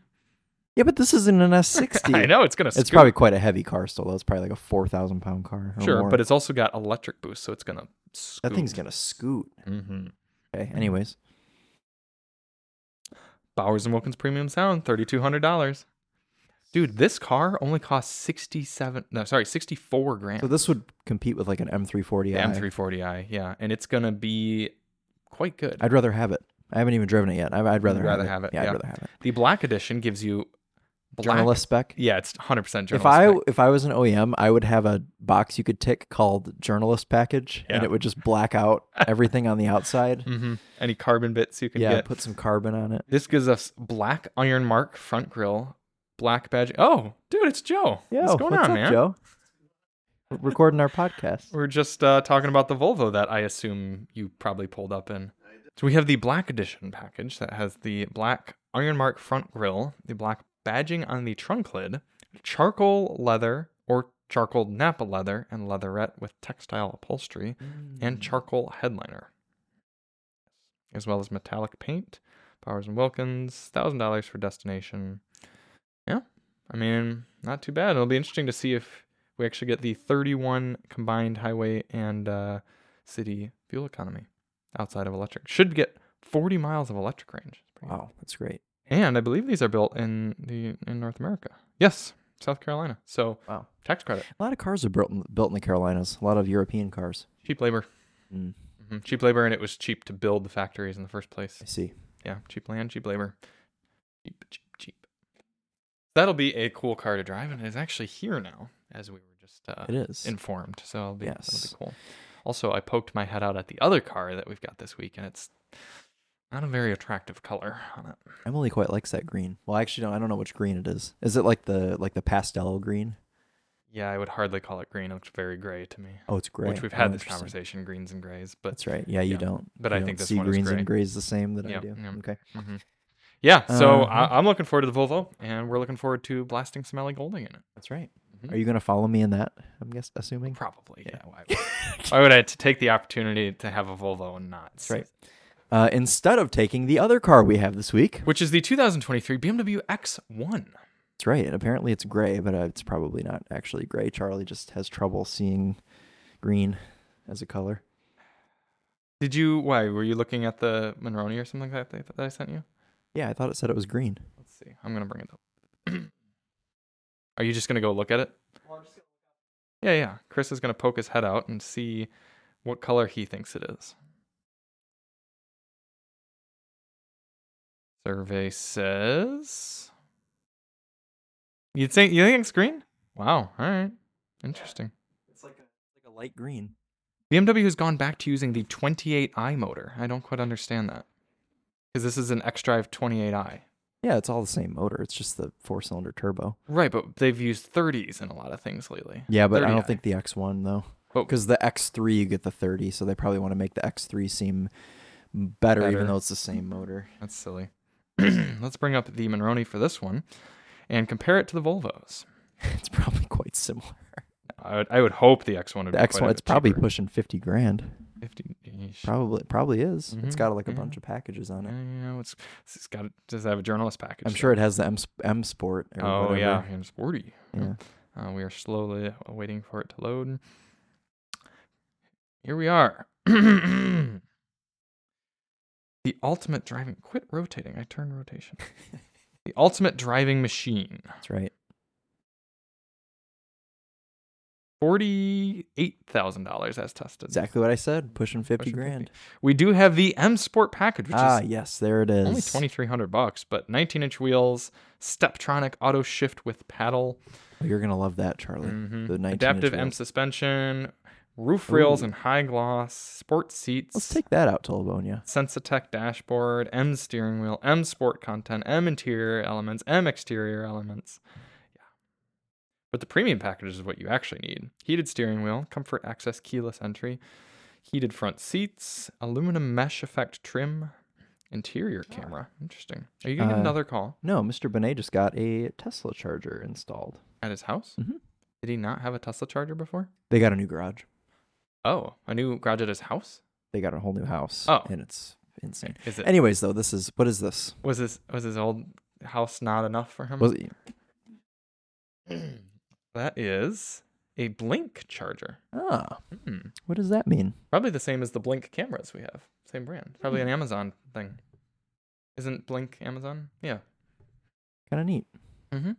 [SPEAKER 1] Yeah, but this isn't an S60.
[SPEAKER 2] I know, it's going to
[SPEAKER 1] It's probably quite a heavy car still. though. It's probably like a four thousand pound car. Or
[SPEAKER 2] Sure,
[SPEAKER 1] more.
[SPEAKER 2] but it's also got electric boost, so it's going to
[SPEAKER 1] that thing's gonna scoot.
[SPEAKER 2] Mm-hmm.
[SPEAKER 1] Okay. Anyways,
[SPEAKER 2] Bowers and Wilkins premium sound, thirty-two hundred dollars. Dude, this car only costs sixty-seven. No, sorry, sixty-four grand.
[SPEAKER 1] so this would compete with like an M340i.
[SPEAKER 2] The M340i, yeah, and it's gonna be quite good.
[SPEAKER 1] I'd rather have it. I haven't even driven it yet. I- I'd rather,
[SPEAKER 2] rather
[SPEAKER 1] have,
[SPEAKER 2] have
[SPEAKER 1] it.
[SPEAKER 2] it,
[SPEAKER 1] Yeah,
[SPEAKER 2] yeah.
[SPEAKER 1] I'd rather have it.
[SPEAKER 2] the black edition gives you black.
[SPEAKER 1] Journalist spec.
[SPEAKER 2] Yeah, it's hundred percent
[SPEAKER 1] If
[SPEAKER 2] journalist.
[SPEAKER 1] I
[SPEAKER 2] spec.
[SPEAKER 1] if I was an OEM, I would have a box you could tick called journalist package, and
[SPEAKER 2] Yeah.
[SPEAKER 1] it would just black out everything on the outside.
[SPEAKER 2] Mhm. any carbon bits you can
[SPEAKER 1] Yeah,
[SPEAKER 2] get.
[SPEAKER 1] put some carbon on it.
[SPEAKER 2] This gives us black iron mark front grill, black badge. Oh, dude, it's Joe.
[SPEAKER 1] Yo,
[SPEAKER 2] what's going on,
[SPEAKER 1] oh, up,
[SPEAKER 2] man?
[SPEAKER 1] Joe? We're recording our podcast.
[SPEAKER 2] We're just uh, talking about the Volvo that I assume you probably pulled up in. So we have the black edition package that has the black iron mark front grille, the black badging on the trunk lid, charcoal leather or charcoal Napa leather and leatherette with textile upholstery,
[SPEAKER 1] Mm-hmm. Mm.
[SPEAKER 2] and charcoal headliner, as well as metallic paint. Powers and Wilkins, thousand dollars for destination. Yeah, I mean, not too bad. It'll be interesting to see if we actually get the 31 combined highway and uh, city fuel economy outside of electric. Should get 40 miles of electric range. It's pretty
[SPEAKER 1] Wow, that's great.
[SPEAKER 2] and I believe these are built in the in North America. Yes, South Carolina. So
[SPEAKER 1] Wow.
[SPEAKER 2] tax credit,
[SPEAKER 1] A lot of cars are built in, built in the Carolinas. A lot of European cars.
[SPEAKER 2] cheap labor,
[SPEAKER 1] Mm,
[SPEAKER 2] hmm cheap labor, and it was cheap to build the factories in the first place.
[SPEAKER 1] I see.
[SPEAKER 2] Yeah, cheap land, cheap labor, cheap, cheap, cheap. That'll be a cool car to drive, and it's actually here now, as we were just uh,
[SPEAKER 1] It is.
[SPEAKER 2] informed. So it'll be,
[SPEAKER 1] Yes.
[SPEAKER 2] that'll be cool. Also, I poked my head out at the other car that we've got this week, and it's not a very attractive color on it.
[SPEAKER 1] Emily quite likes that green. Well, I actually don't. I don't know which green it is. Is it like the like the pastel green?
[SPEAKER 2] Yeah, I would hardly call it green. It looks very gray to me.
[SPEAKER 1] Oh, it's gray.
[SPEAKER 2] Which we've had
[SPEAKER 1] Oh,
[SPEAKER 2] this
[SPEAKER 1] interesting.
[SPEAKER 2] conversation, greens and grays, but
[SPEAKER 1] That's right. Yeah, you
[SPEAKER 2] Yeah.
[SPEAKER 1] don't.
[SPEAKER 2] But
[SPEAKER 1] you
[SPEAKER 2] I
[SPEAKER 1] don't
[SPEAKER 2] think this
[SPEAKER 1] see
[SPEAKER 2] one is
[SPEAKER 1] greens
[SPEAKER 2] gray.
[SPEAKER 1] and grays the same that
[SPEAKER 2] Yeah,
[SPEAKER 1] I do.
[SPEAKER 2] yeah.
[SPEAKER 1] Okay.
[SPEAKER 2] Yeah, so
[SPEAKER 1] Uh-huh.
[SPEAKER 2] I, I'm looking forward to the Volvo, and we're looking forward to blasting some Ellie Golding in it.
[SPEAKER 1] That's right.
[SPEAKER 2] Mhm.
[SPEAKER 1] Are you gonna follow me in that? I'm guess assuming.
[SPEAKER 2] Probably, yeah.
[SPEAKER 1] Yeah.
[SPEAKER 2] why, would, why would I t- take the opportunity to have a Volvo and not?
[SPEAKER 1] That's right. Uh, instead of taking the other car we have this week,
[SPEAKER 2] Which is the 2023 BMW X1.
[SPEAKER 1] that's right. And apparently it's gray, but uh, it's probably not actually gray. Charlie just has trouble seeing green as a color.
[SPEAKER 2] Did you? Why were you looking at the Monroney or something like that that I sent you?
[SPEAKER 1] Yeah, I thought it said it was green.
[SPEAKER 2] Let's see. I'm gonna bring it up. Are you just gonna go look at it? Yeah, yeah. Chris is gonna poke his head out and see what color he thinks it is. Survey says. You'd think you think it's green? Wow. All right. Interesting.
[SPEAKER 1] It's like a like a light green.
[SPEAKER 2] BMW has gone back to using the 28i motor. I don't quite understand that. Because this is an xDrive 28i.
[SPEAKER 1] Yeah, it's all the same motor. It's just the four cylinder turbo.
[SPEAKER 2] Right, but they've used 30s in a lot of things lately.
[SPEAKER 1] Yeah, but I
[SPEAKER 2] 30i.
[SPEAKER 1] don't think the X1 though.
[SPEAKER 2] Oh.
[SPEAKER 1] Because the X3 you get the 30, so they probably want to make the X3 seem better,
[SPEAKER 2] Better.
[SPEAKER 1] even though it's the same motor.
[SPEAKER 2] That's silly. Let's bring up the Monroney for this one and compare it to the Volvos.
[SPEAKER 1] it's probably quite similar.
[SPEAKER 2] I would, I would hope the X1 would
[SPEAKER 1] The
[SPEAKER 2] be quite a
[SPEAKER 1] X1
[SPEAKER 2] bit
[SPEAKER 1] it's probably
[SPEAKER 2] cheaper.
[SPEAKER 1] pushing 50 grand.
[SPEAKER 2] 50. yeesh.
[SPEAKER 1] Probably it probably is. It's
[SPEAKER 2] Mhm,
[SPEAKER 1] got like a
[SPEAKER 2] yeah.
[SPEAKER 1] bunch of packages on
[SPEAKER 2] Yeah,
[SPEAKER 1] it.
[SPEAKER 2] you know, it's, it's got does have a journalist package.
[SPEAKER 1] I'm
[SPEAKER 2] though.
[SPEAKER 1] sure it has the M sp- M Sport. Or
[SPEAKER 2] Oh
[SPEAKER 1] whatever.
[SPEAKER 2] yeah, and it's sporty.
[SPEAKER 1] Yeah.
[SPEAKER 2] Uh, we are slowly waiting for it to load. Here we are. the ultimate driving. Quit rotating. I turn rotation. the ultimate driving machine.
[SPEAKER 1] That's right.
[SPEAKER 2] Forty-eight thousand dollars as tested.
[SPEAKER 1] Exactly what I said. Pushing 50
[SPEAKER 2] Pushing 50.
[SPEAKER 1] grand.
[SPEAKER 2] We do have the M Sport package, which
[SPEAKER 1] Ah,
[SPEAKER 2] is
[SPEAKER 1] yes, there it is.
[SPEAKER 2] only twenty-three hundred bucks, but nineteen-inch wheels, Steptronic auto shift with paddle,
[SPEAKER 1] Oh, you're going to love that, Charlie.
[SPEAKER 2] mhm,
[SPEAKER 1] The 19
[SPEAKER 2] adaptive M suspension, roof rails
[SPEAKER 1] Ooh.
[SPEAKER 2] and high gloss, sports seats.
[SPEAKER 1] Let's take that out, Tolobonia.
[SPEAKER 2] Sensatech dashboard, M steering wheel, M sport content, M interior elements, M exterior elements. Yeah. But the premium package is what you actually need. Heated steering wheel, comfort access keyless entry, heated front seats, aluminum mesh effect trim, interior camera. Interesting. Are you going to get
[SPEAKER 1] Uh,
[SPEAKER 2] another call
[SPEAKER 1] No, Mr. Benet just got a Tesla charger installed.
[SPEAKER 2] at his house?
[SPEAKER 1] mhm.
[SPEAKER 2] Did he not have a Tesla charger before?
[SPEAKER 1] They got a new garage.
[SPEAKER 2] Oh, a new garage at his house?
[SPEAKER 1] They got a whole new house.
[SPEAKER 2] Oh.
[SPEAKER 1] And it's insane.
[SPEAKER 2] Is it
[SPEAKER 1] Anyways, though, this is what is this?
[SPEAKER 2] was his was his old house not enough for him?
[SPEAKER 1] Was it,
[SPEAKER 2] that is a blink charger.
[SPEAKER 1] ah,
[SPEAKER 2] Hmm.
[SPEAKER 1] what does that mean?
[SPEAKER 2] Probably the same as the blink cameras we have. Same brand. Probably an Amazon thing. Isn't blink Amazon? Yeah.
[SPEAKER 1] Kind of neat.
[SPEAKER 2] Mm-hmm.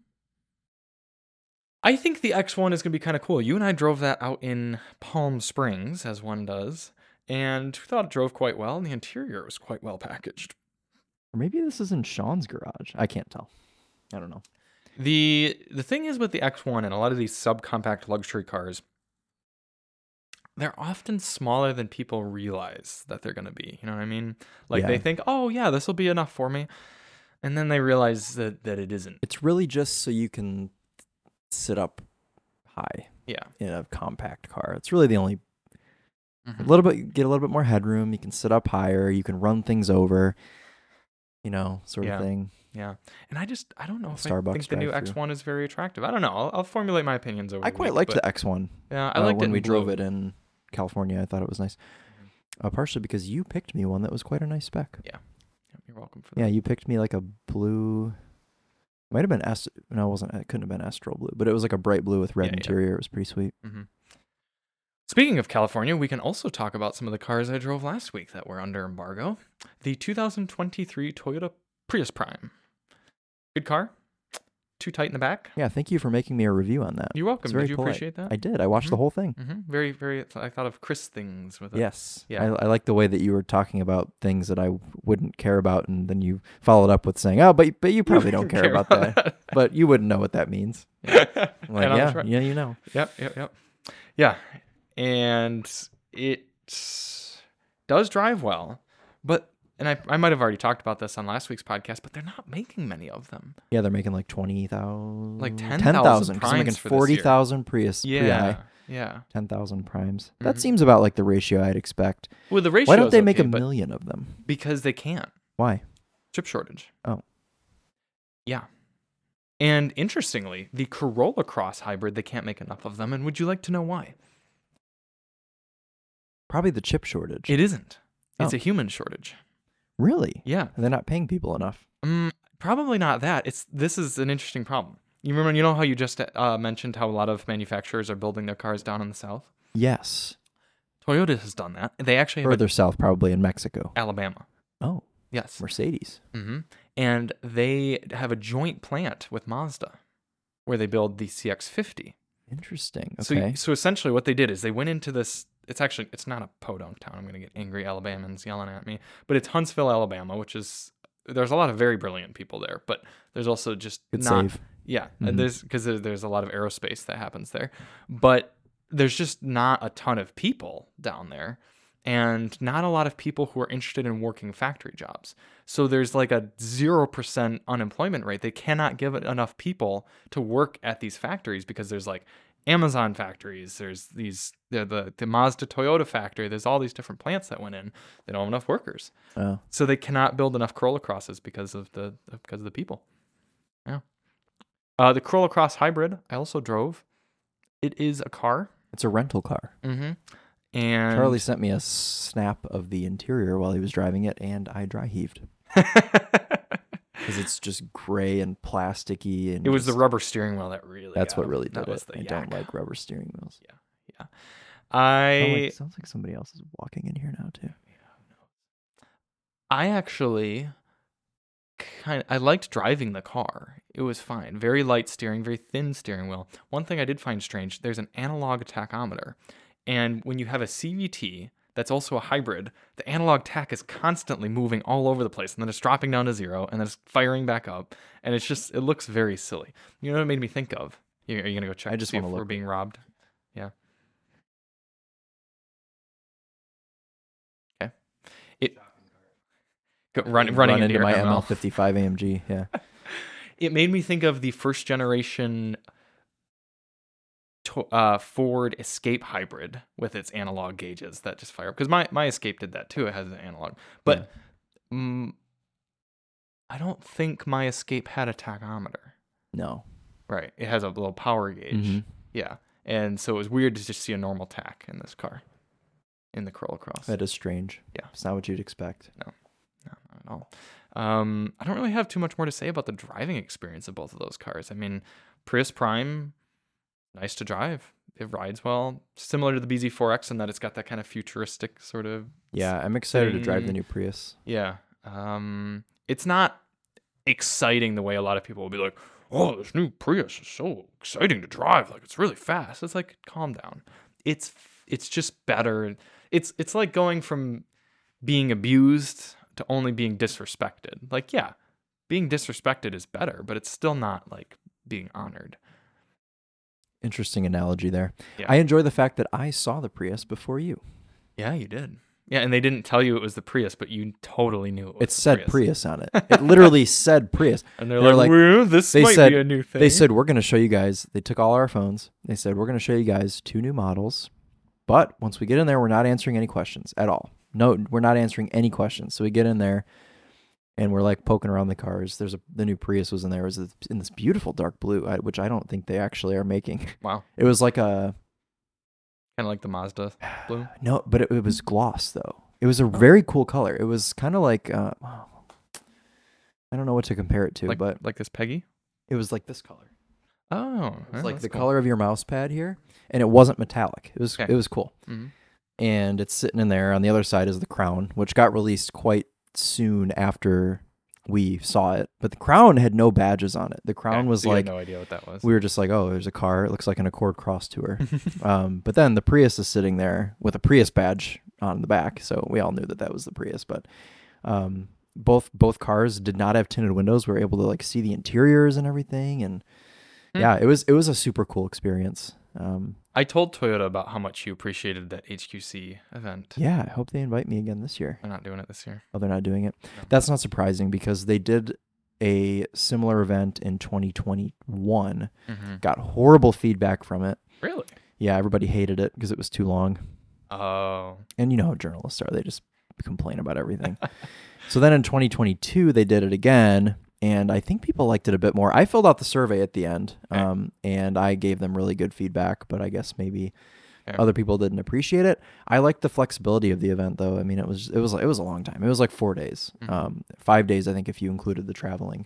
[SPEAKER 2] I think the X1 is going to be kind of cool. You and I drove that out in Palm Springs, as one does, and we thought it drove quite well, and the interior was quite well packaged.
[SPEAKER 1] Or maybe this is in Sean's garage. I can't tell. I don't know.
[SPEAKER 2] The the thing is with the X1 and a lot of these subcompact luxury cars, they're often smaller than people realize that they're going to be. You know what I mean? Like they
[SPEAKER 1] Yeah.
[SPEAKER 2] think, "Oh yeah, this will be enough for me." And then they realize that that it isn't.
[SPEAKER 1] It's really just so you can sit up high
[SPEAKER 2] Yeah.
[SPEAKER 1] in a compact car. It's really the only a
[SPEAKER 2] Mhm.
[SPEAKER 1] little bit get a little bit more headroom. You can sit up higher. You can run things over. You know, sort
[SPEAKER 2] Yeah.
[SPEAKER 1] of thing.
[SPEAKER 2] Yeah, and I just I don't know if I
[SPEAKER 1] Starbucks
[SPEAKER 2] think the new
[SPEAKER 1] drive-thru.
[SPEAKER 2] X1 is very attractive. I don't know. I'll, I'll formulate my opinions over.
[SPEAKER 1] I
[SPEAKER 2] the
[SPEAKER 1] quite
[SPEAKER 2] week,
[SPEAKER 1] liked
[SPEAKER 2] but-
[SPEAKER 1] the X1
[SPEAKER 2] Yeah, I
[SPEAKER 1] uh,
[SPEAKER 2] liked it
[SPEAKER 1] when
[SPEAKER 2] in
[SPEAKER 1] we drove
[SPEAKER 2] blue.
[SPEAKER 1] it in California. I thought it was nice, uh, partially because you picked me one that was quite a nice spec.
[SPEAKER 2] Yep, You're welcome for that.
[SPEAKER 1] Yeah, you picked me like a blue. Might have been est. No, it wasn't. It couldn't have been astral blue, but it was like a bright blue with red
[SPEAKER 2] Yeah, yeah.
[SPEAKER 1] interior. It was pretty sweet.
[SPEAKER 2] hmm Speaking of California, we can also talk about some of the cars I drove last week that were under embargo. The 2023 Toyota Prius Prime. Good car. Too tight in the back.
[SPEAKER 1] Yeah, thank you for making me a review on that.
[SPEAKER 2] You're welcome.
[SPEAKER 1] very
[SPEAKER 2] Did you
[SPEAKER 1] polite.
[SPEAKER 2] appreciate that?
[SPEAKER 1] I did. I watched the
[SPEAKER 2] Mhm.
[SPEAKER 1] whole thing.
[SPEAKER 2] hmm Very, very. I thought of Chris things with it.
[SPEAKER 1] Yes.
[SPEAKER 2] Yeah.
[SPEAKER 1] I, I like the way that you were talking about things that I wouldn't care about, and then you followed up with saying, "Oh, but but you probably don't care, about, that. but you wouldn't know what that means."
[SPEAKER 2] that.
[SPEAKER 1] I'm like,
[SPEAKER 2] And I was
[SPEAKER 1] yeah,
[SPEAKER 2] right.
[SPEAKER 1] yeah, you know.
[SPEAKER 2] Yep, yep, yep. Yeah. And it does drive well, but and I, I might have already talked about this on last week's podcast, but they're not making many of them.
[SPEAKER 1] Yeah, they're making like twenty thousand,
[SPEAKER 2] 10,000
[SPEAKER 1] because they're making
[SPEAKER 2] primes for this year.
[SPEAKER 1] forty thousand Prius. Yeah,
[SPEAKER 2] Yeah. Yeah.
[SPEAKER 1] ten thousand primes.
[SPEAKER 2] Mhm.
[SPEAKER 1] That seems about like the ratio I'd expect.
[SPEAKER 2] Well, the ratio
[SPEAKER 1] Why don't they make
[SPEAKER 2] okay,
[SPEAKER 1] a
[SPEAKER 2] but-
[SPEAKER 1] million of them?
[SPEAKER 2] Because they can't.
[SPEAKER 1] Why?
[SPEAKER 2] Chip shortage.
[SPEAKER 1] Oh.
[SPEAKER 2] Yeah. And interestingly, the Corolla Cross hybrid, they can't make enough of them. And would you like to know why?
[SPEAKER 1] Probably the chip shortage.
[SPEAKER 2] It isn't. It's
[SPEAKER 1] Oh.
[SPEAKER 2] a human shortage.
[SPEAKER 1] really?
[SPEAKER 2] Yeah.
[SPEAKER 1] They're not paying people enough.
[SPEAKER 2] Mm, probably not that. It's this is an interesting problem. You remember, you know how you just uh, mentioned how a lot of manufacturers are building their cars down in the south.
[SPEAKER 1] Yes.
[SPEAKER 2] Toyota has done that. They actually have a-
[SPEAKER 1] Further south, probably in Mexico.
[SPEAKER 2] Alabama.
[SPEAKER 1] Oh,
[SPEAKER 2] Yes.
[SPEAKER 1] Mercedes.
[SPEAKER 2] hmm And they have a joint plant with Mazda, where they build the CX-50.
[SPEAKER 1] Interesting.
[SPEAKER 2] So, you-
[SPEAKER 1] Okay.
[SPEAKER 2] so essentially, what they did is they went into this. It's actually it's not a podunk town. I'm gonna get angry Alabamans yelling at me, but it's Huntsville, Alabama, which is there's a lot of very brilliant people there, but there's also just
[SPEAKER 1] Good
[SPEAKER 2] not
[SPEAKER 1] save.
[SPEAKER 2] Yeah,
[SPEAKER 1] Mhm.
[SPEAKER 2] and there's because there's, there's a lot of aerospace that happens there, but there's just not a ton of people down there, and not a lot of people who are interested in working factory jobs. So there's like a zero percent unemployment rate. They cannot give it enough people to work at these factories because there's like Amazon factories. There's these the the, the Mazda Toyota factory. There's all these different plants that went in. They don't have enough workers,
[SPEAKER 1] Oh,
[SPEAKER 2] so they cannot build enough Corolla Crosses because of the because of the people. Yeah. Uh, the Corolla Cross Hybrid I also drove. It is a car.
[SPEAKER 1] it's a rental car.
[SPEAKER 2] Mm-hmm. And
[SPEAKER 1] Charlie sent me a snap of the interior while he was driving it, and I dry heaved because it's just gray and plasticky. And
[SPEAKER 2] it was the
[SPEAKER 1] just-
[SPEAKER 2] rubber steering wheel that really.
[SPEAKER 1] That's
[SPEAKER 2] got
[SPEAKER 1] what
[SPEAKER 2] him.
[SPEAKER 1] really did
[SPEAKER 2] That was
[SPEAKER 1] it.
[SPEAKER 2] the
[SPEAKER 1] I don't
[SPEAKER 2] yak.
[SPEAKER 1] like rubber steering wheels. Oh, wait,
[SPEAKER 2] I
[SPEAKER 1] sounds like somebody else is walking in here now too.
[SPEAKER 2] I actually kind I liked driving the car. It was fine. Very light steering, very thin steering wheel. One thing I did find strange, there's an analog tachometer. And when you have a CVT that's also a hybrid, the analog tack is constantly moving all over the place and then it's dropping down to zero and then it's firing back up and it's just it looks very silly. You know what it made me think of? You- Are you gonna go check?
[SPEAKER 1] I
[SPEAKER 2] to
[SPEAKER 1] just
[SPEAKER 2] see if
[SPEAKER 1] wanna
[SPEAKER 2] we're
[SPEAKER 1] look.
[SPEAKER 2] being robbed. Yeah. Okay. It go, run, running
[SPEAKER 1] Run
[SPEAKER 2] into, your
[SPEAKER 1] my
[SPEAKER 2] ML.
[SPEAKER 1] ML55 AMG. Yeah,
[SPEAKER 2] It made me think of the first generation to, uh, Ford Escape hybrid with its analog gauges that just fire up. Because my, my Escape did that too. It has an analog. But mm, I don't think my Escape had a tachometer.
[SPEAKER 1] no.
[SPEAKER 2] Right. It has a little power gauge.
[SPEAKER 1] Mhm.
[SPEAKER 2] Yeah. And so it was weird to just see a normal tack in this car, in the Corolla Cross.
[SPEAKER 1] That is strange.
[SPEAKER 2] Yeah.
[SPEAKER 1] It's not what you'd expect.
[SPEAKER 2] No, not at all. Um, I don't really have too much more to say about the driving experience of both of those cars. I mean, Prius Prime, nice to drive. It rides well, similar to the BZ4X in that it's got that kind of futuristic sort of
[SPEAKER 1] Yeah, I'm excited to
[SPEAKER 2] Mm.
[SPEAKER 1] drive the new Prius.
[SPEAKER 2] yeah. Um, it's not exciting the way a lot of people will be like, "Oh, this new Prius is so exciting to drive. Like it's really fast." It's like, calm down. It's it's just better. It's it's like going from being abused to only being disrespected. Like, yeah, being disrespected is better, but it's still not like being honored.
[SPEAKER 1] Interesting analogy there.
[SPEAKER 2] Yeah.
[SPEAKER 1] I enjoy the fact that I saw the Prius before you.
[SPEAKER 2] Yeah, you did. Yeah, and they didn't tell you it was the Prius, but you totally knew it was
[SPEAKER 1] It
[SPEAKER 2] the
[SPEAKER 1] said Prius. on it. It literally said Prius.
[SPEAKER 2] And they're,
[SPEAKER 1] They're
[SPEAKER 2] like,
[SPEAKER 1] like-
[SPEAKER 2] "Well, this
[SPEAKER 1] they
[SPEAKER 2] might
[SPEAKER 1] said-
[SPEAKER 2] be a new thing."
[SPEAKER 1] They said we're going to show you guys. They took all our phones. They said we're going to show you guys two new models, but once we get in there, we're not answering any questions at all. No, we're not answering any questions. So we get in there, and we're like poking around the cars. There's a the new Prius was in there. It was in this beautiful dark blue, I- which I don't think they actually are making.
[SPEAKER 2] Wow.
[SPEAKER 1] It was like a
[SPEAKER 2] Kind of like the Mazda blue.
[SPEAKER 1] no, but it, it was gloss though. It was a very cool color. It was kind of like uh, I don't know what to compare it to,
[SPEAKER 2] Like,
[SPEAKER 1] but
[SPEAKER 2] like this Peggy.
[SPEAKER 1] it was like this color.
[SPEAKER 2] Oh,
[SPEAKER 1] It was like the color of your mouse pad here, and it wasn't metallic. It was
[SPEAKER 2] Okay.
[SPEAKER 1] it was cool.
[SPEAKER 2] hmm
[SPEAKER 1] and it's sitting in there. On the other side is the crown, which got released quite soon after we saw it. But the crown had no badges on it. The crown was like
[SPEAKER 2] no idea what that was.
[SPEAKER 1] we were just like, oh, there's a car. It looks like an Accord Cross Tour. um, but then the Prius is sitting there with a Prius badge on the back, so we all knew that that was the Prius. But um, both both cars did not have tinted windows. We were able to like see the interiors and everything, and
[SPEAKER 2] Hmm.
[SPEAKER 1] yeah, it was it was a super cool experience. Um,
[SPEAKER 2] I told Toyota about how much you appreciated that HQC event.
[SPEAKER 1] yeah, I hope they invite me again this year.
[SPEAKER 2] They're not doing it this year.
[SPEAKER 1] Oh, they're not doing it.
[SPEAKER 2] No.
[SPEAKER 1] That's not surprising because they did a similar event in 2021.
[SPEAKER 2] Mm-hmm.
[SPEAKER 1] Got horrible feedback from it.
[SPEAKER 2] Really?
[SPEAKER 1] Yeah, everybody hated it because it was too long.
[SPEAKER 2] Oh,
[SPEAKER 1] And you know how journalists are, they just complain about everything. so then in 2022, they did it again. And I think people liked it a bit more. I filled out the survey at the end
[SPEAKER 2] Okay.
[SPEAKER 1] um, and I gave them really good feedback, but I guess maybe.
[SPEAKER 2] Okay.
[SPEAKER 1] Other people didn't appreciate it. I liked the flexibility of the event, though. I mean, it was it was it was a long time. It was like four days,
[SPEAKER 2] Mhm.
[SPEAKER 1] um, five days, I think, if you included the traveling.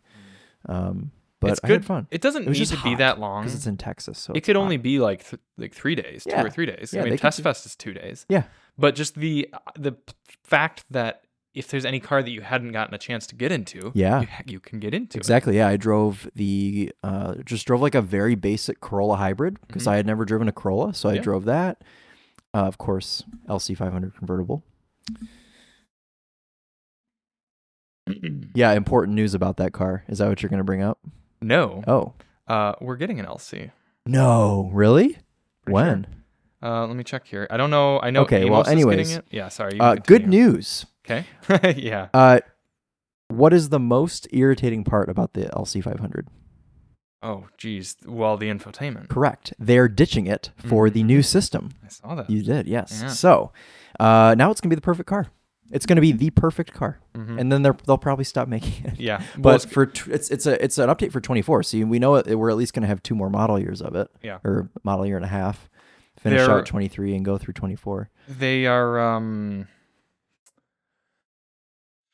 [SPEAKER 1] Um, but
[SPEAKER 2] Mm. it's
[SPEAKER 1] I
[SPEAKER 2] good
[SPEAKER 1] had fun
[SPEAKER 2] It doesn't
[SPEAKER 1] It was
[SPEAKER 2] need
[SPEAKER 1] just
[SPEAKER 2] to be
[SPEAKER 1] hot,
[SPEAKER 2] that long.
[SPEAKER 1] because it's in Texas, so
[SPEAKER 2] it
[SPEAKER 1] it's
[SPEAKER 2] could
[SPEAKER 1] hot.
[SPEAKER 2] only be like th- like three days, two
[SPEAKER 1] Yeah.
[SPEAKER 2] or three days.
[SPEAKER 1] Yeah,
[SPEAKER 2] I mean,
[SPEAKER 1] they could
[SPEAKER 2] Test
[SPEAKER 1] do-
[SPEAKER 2] Fest is two days.
[SPEAKER 1] Yeah.
[SPEAKER 2] but just the uh, the fact that if there's any car that you hadn't gotten a chance to get into,
[SPEAKER 1] Yeah.
[SPEAKER 2] you, ha- you can get into it.
[SPEAKER 1] Exactly. Yeah, I drove the uh, just drove like a very basic Corolla hybrid because
[SPEAKER 2] Mhm.
[SPEAKER 1] I had never driven a Corolla, so I
[SPEAKER 2] Yeah.
[SPEAKER 1] drove that. Uh, of course, LC 500 convertible. Yeah, important news about that car. Is that what you're going to bring up?
[SPEAKER 2] no,
[SPEAKER 1] Oh
[SPEAKER 2] uh, we're getting an LC.
[SPEAKER 1] no, really?
[SPEAKER 2] Pretty sure.
[SPEAKER 1] when?
[SPEAKER 2] Uh, let me check here. I don't know. I know.
[SPEAKER 1] Okay, well,
[SPEAKER 2] Amos is getting
[SPEAKER 1] anyways.
[SPEAKER 2] it. yeah. Sorry. you
[SPEAKER 1] Uh,
[SPEAKER 2] can
[SPEAKER 1] good
[SPEAKER 2] continue.
[SPEAKER 1] news.
[SPEAKER 2] Okay. yeah.
[SPEAKER 1] Uh, what is the most irritating part about the LC 500?
[SPEAKER 2] Oh, geez. Well, the infotainment.
[SPEAKER 1] Correct. They're ditching it for the new system.
[SPEAKER 2] I saw that.
[SPEAKER 1] You did, yes.
[SPEAKER 2] Mm-hmm. Yeah.
[SPEAKER 1] So uh, now it's gonna be the perfect car. It's gonna be the perfect car,
[SPEAKER 2] Mhm.
[SPEAKER 1] and then they're, they'll probably stop making it.
[SPEAKER 2] yeah. Well,
[SPEAKER 1] But for tw- it's it's a it's an update for 24. So you- we know it, we're at least gonna have two more model years of it.
[SPEAKER 2] Yeah.
[SPEAKER 1] Or model year and a half. Finish
[SPEAKER 2] They're-
[SPEAKER 1] out at 23 and go through 24. I
[SPEAKER 2] they are. Um.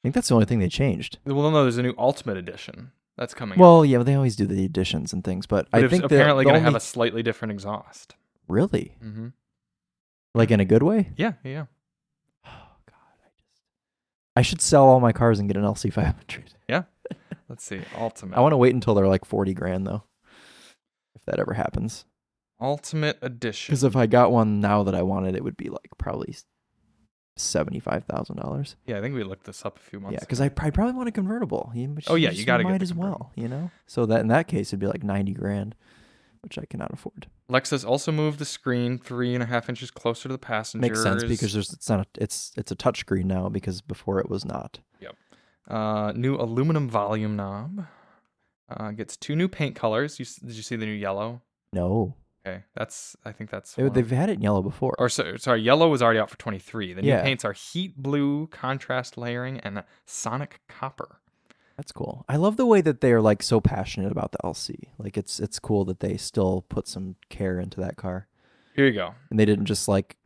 [SPEAKER 1] think that's the only thing they changed.
[SPEAKER 2] Well, no, there's a new Ultimate Edition that's coming. out.
[SPEAKER 1] Well, yeah, they always do the additions and things, but,
[SPEAKER 2] But
[SPEAKER 1] I
[SPEAKER 2] it's
[SPEAKER 1] think the-
[SPEAKER 2] apparently
[SPEAKER 1] the
[SPEAKER 2] going to have
[SPEAKER 1] only-
[SPEAKER 2] a slightly different exhaust.
[SPEAKER 1] really
[SPEAKER 2] Mm-hmm.
[SPEAKER 1] like in a good way.
[SPEAKER 2] Yeah. Yeah.
[SPEAKER 1] Oh God, I just I should sell all my cars and get an LC 500.
[SPEAKER 2] Let's see. Ultimate.
[SPEAKER 1] I want to wait until they're like 40 grand though, if that ever happens.
[SPEAKER 2] Ultimate Edition.
[SPEAKER 1] Because if I got one now that I wanted, it would be like probably seventy-five thousand dollars.
[SPEAKER 2] Yeah, I think we looked this up a few months.
[SPEAKER 1] Yeah, because I probably, probably want a convertible. You,
[SPEAKER 2] Oh, yeah, you
[SPEAKER 1] just
[SPEAKER 2] gotta get
[SPEAKER 1] might
[SPEAKER 2] the
[SPEAKER 1] as well, you know. So that in that case, it'd be like ninety grand, which I cannot afford.
[SPEAKER 2] ago. Lexus also moved the screen three and a half inches closer to the passenger.
[SPEAKER 1] Makes sense because there's it's not a, it's it's a touchscreen now because before it was not.
[SPEAKER 2] uh, new aluminum volume knob. Uh, gets two new paint colors. You s- did you see the new yellow?
[SPEAKER 1] No,
[SPEAKER 2] Okay, that's I think that's
[SPEAKER 1] They-
[SPEAKER 2] one of-
[SPEAKER 1] they've had it in yellow before.
[SPEAKER 2] or so, sorry, yellow was already out for 23. The new
[SPEAKER 1] Yeah.
[SPEAKER 2] paints are heat blue, contrast layering, and sonic copper.
[SPEAKER 1] That's cool. I love the way that they are like so passionate about the LC. Like it's it's cool that they still put some care into that car.
[SPEAKER 2] Here you go.
[SPEAKER 1] and they didn't just like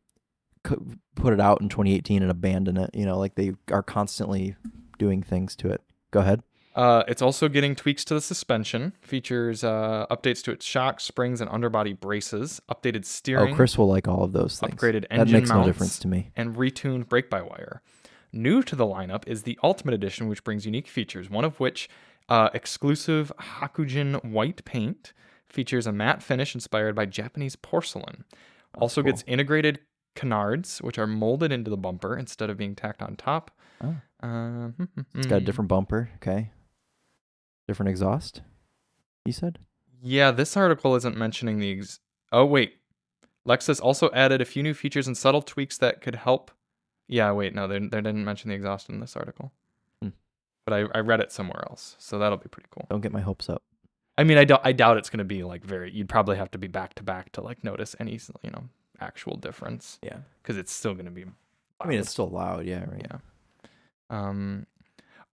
[SPEAKER 1] c- put it out in 2018 and abandon it. You know, like they are constantly doing things to it. Go ahead.
[SPEAKER 2] Uh, it's also getting tweaks to the suspension, features uh, updates to its shocks, springs, and underbody braces, updated steering,
[SPEAKER 1] Oh, Chris will like all of those things.
[SPEAKER 2] Upgraded
[SPEAKER 1] That
[SPEAKER 2] engine
[SPEAKER 1] makes no
[SPEAKER 2] mounts.
[SPEAKER 1] difference to me.
[SPEAKER 2] and retuned brake by wire. New to the lineup is the Ultimate Edition, which brings unique features, one of which uh, exclusive Hakujin white paint features a matte finish inspired by Japanese porcelain. Also
[SPEAKER 1] cool.
[SPEAKER 2] gets integrated canards, which are molded into the bumper instead of being tacked on top.
[SPEAKER 1] Oh.
[SPEAKER 2] Uh,
[SPEAKER 1] It's got a different bumper. Okay. Different exhaust. You said.
[SPEAKER 2] Yeah, this article isn't mentioning the. Ex- oh wait, Lexus also added a few new features and subtle tweaks that could help. Yeah, wait, no, they they didn't mention the exhaust in this article,
[SPEAKER 1] Hmm.
[SPEAKER 2] but I, I read it somewhere else, so that'll be pretty cool.
[SPEAKER 1] Don't get my hopes up.
[SPEAKER 2] I mean, I doubt I doubt it's gonna be like very. You'd probably have to be back to back to like notice any you know actual difference
[SPEAKER 1] Yeah.
[SPEAKER 2] because it's still gonna be.
[SPEAKER 1] I mean,
[SPEAKER 2] loud.
[SPEAKER 1] it's still loud. Yeah. Right.
[SPEAKER 2] Yeah. Um,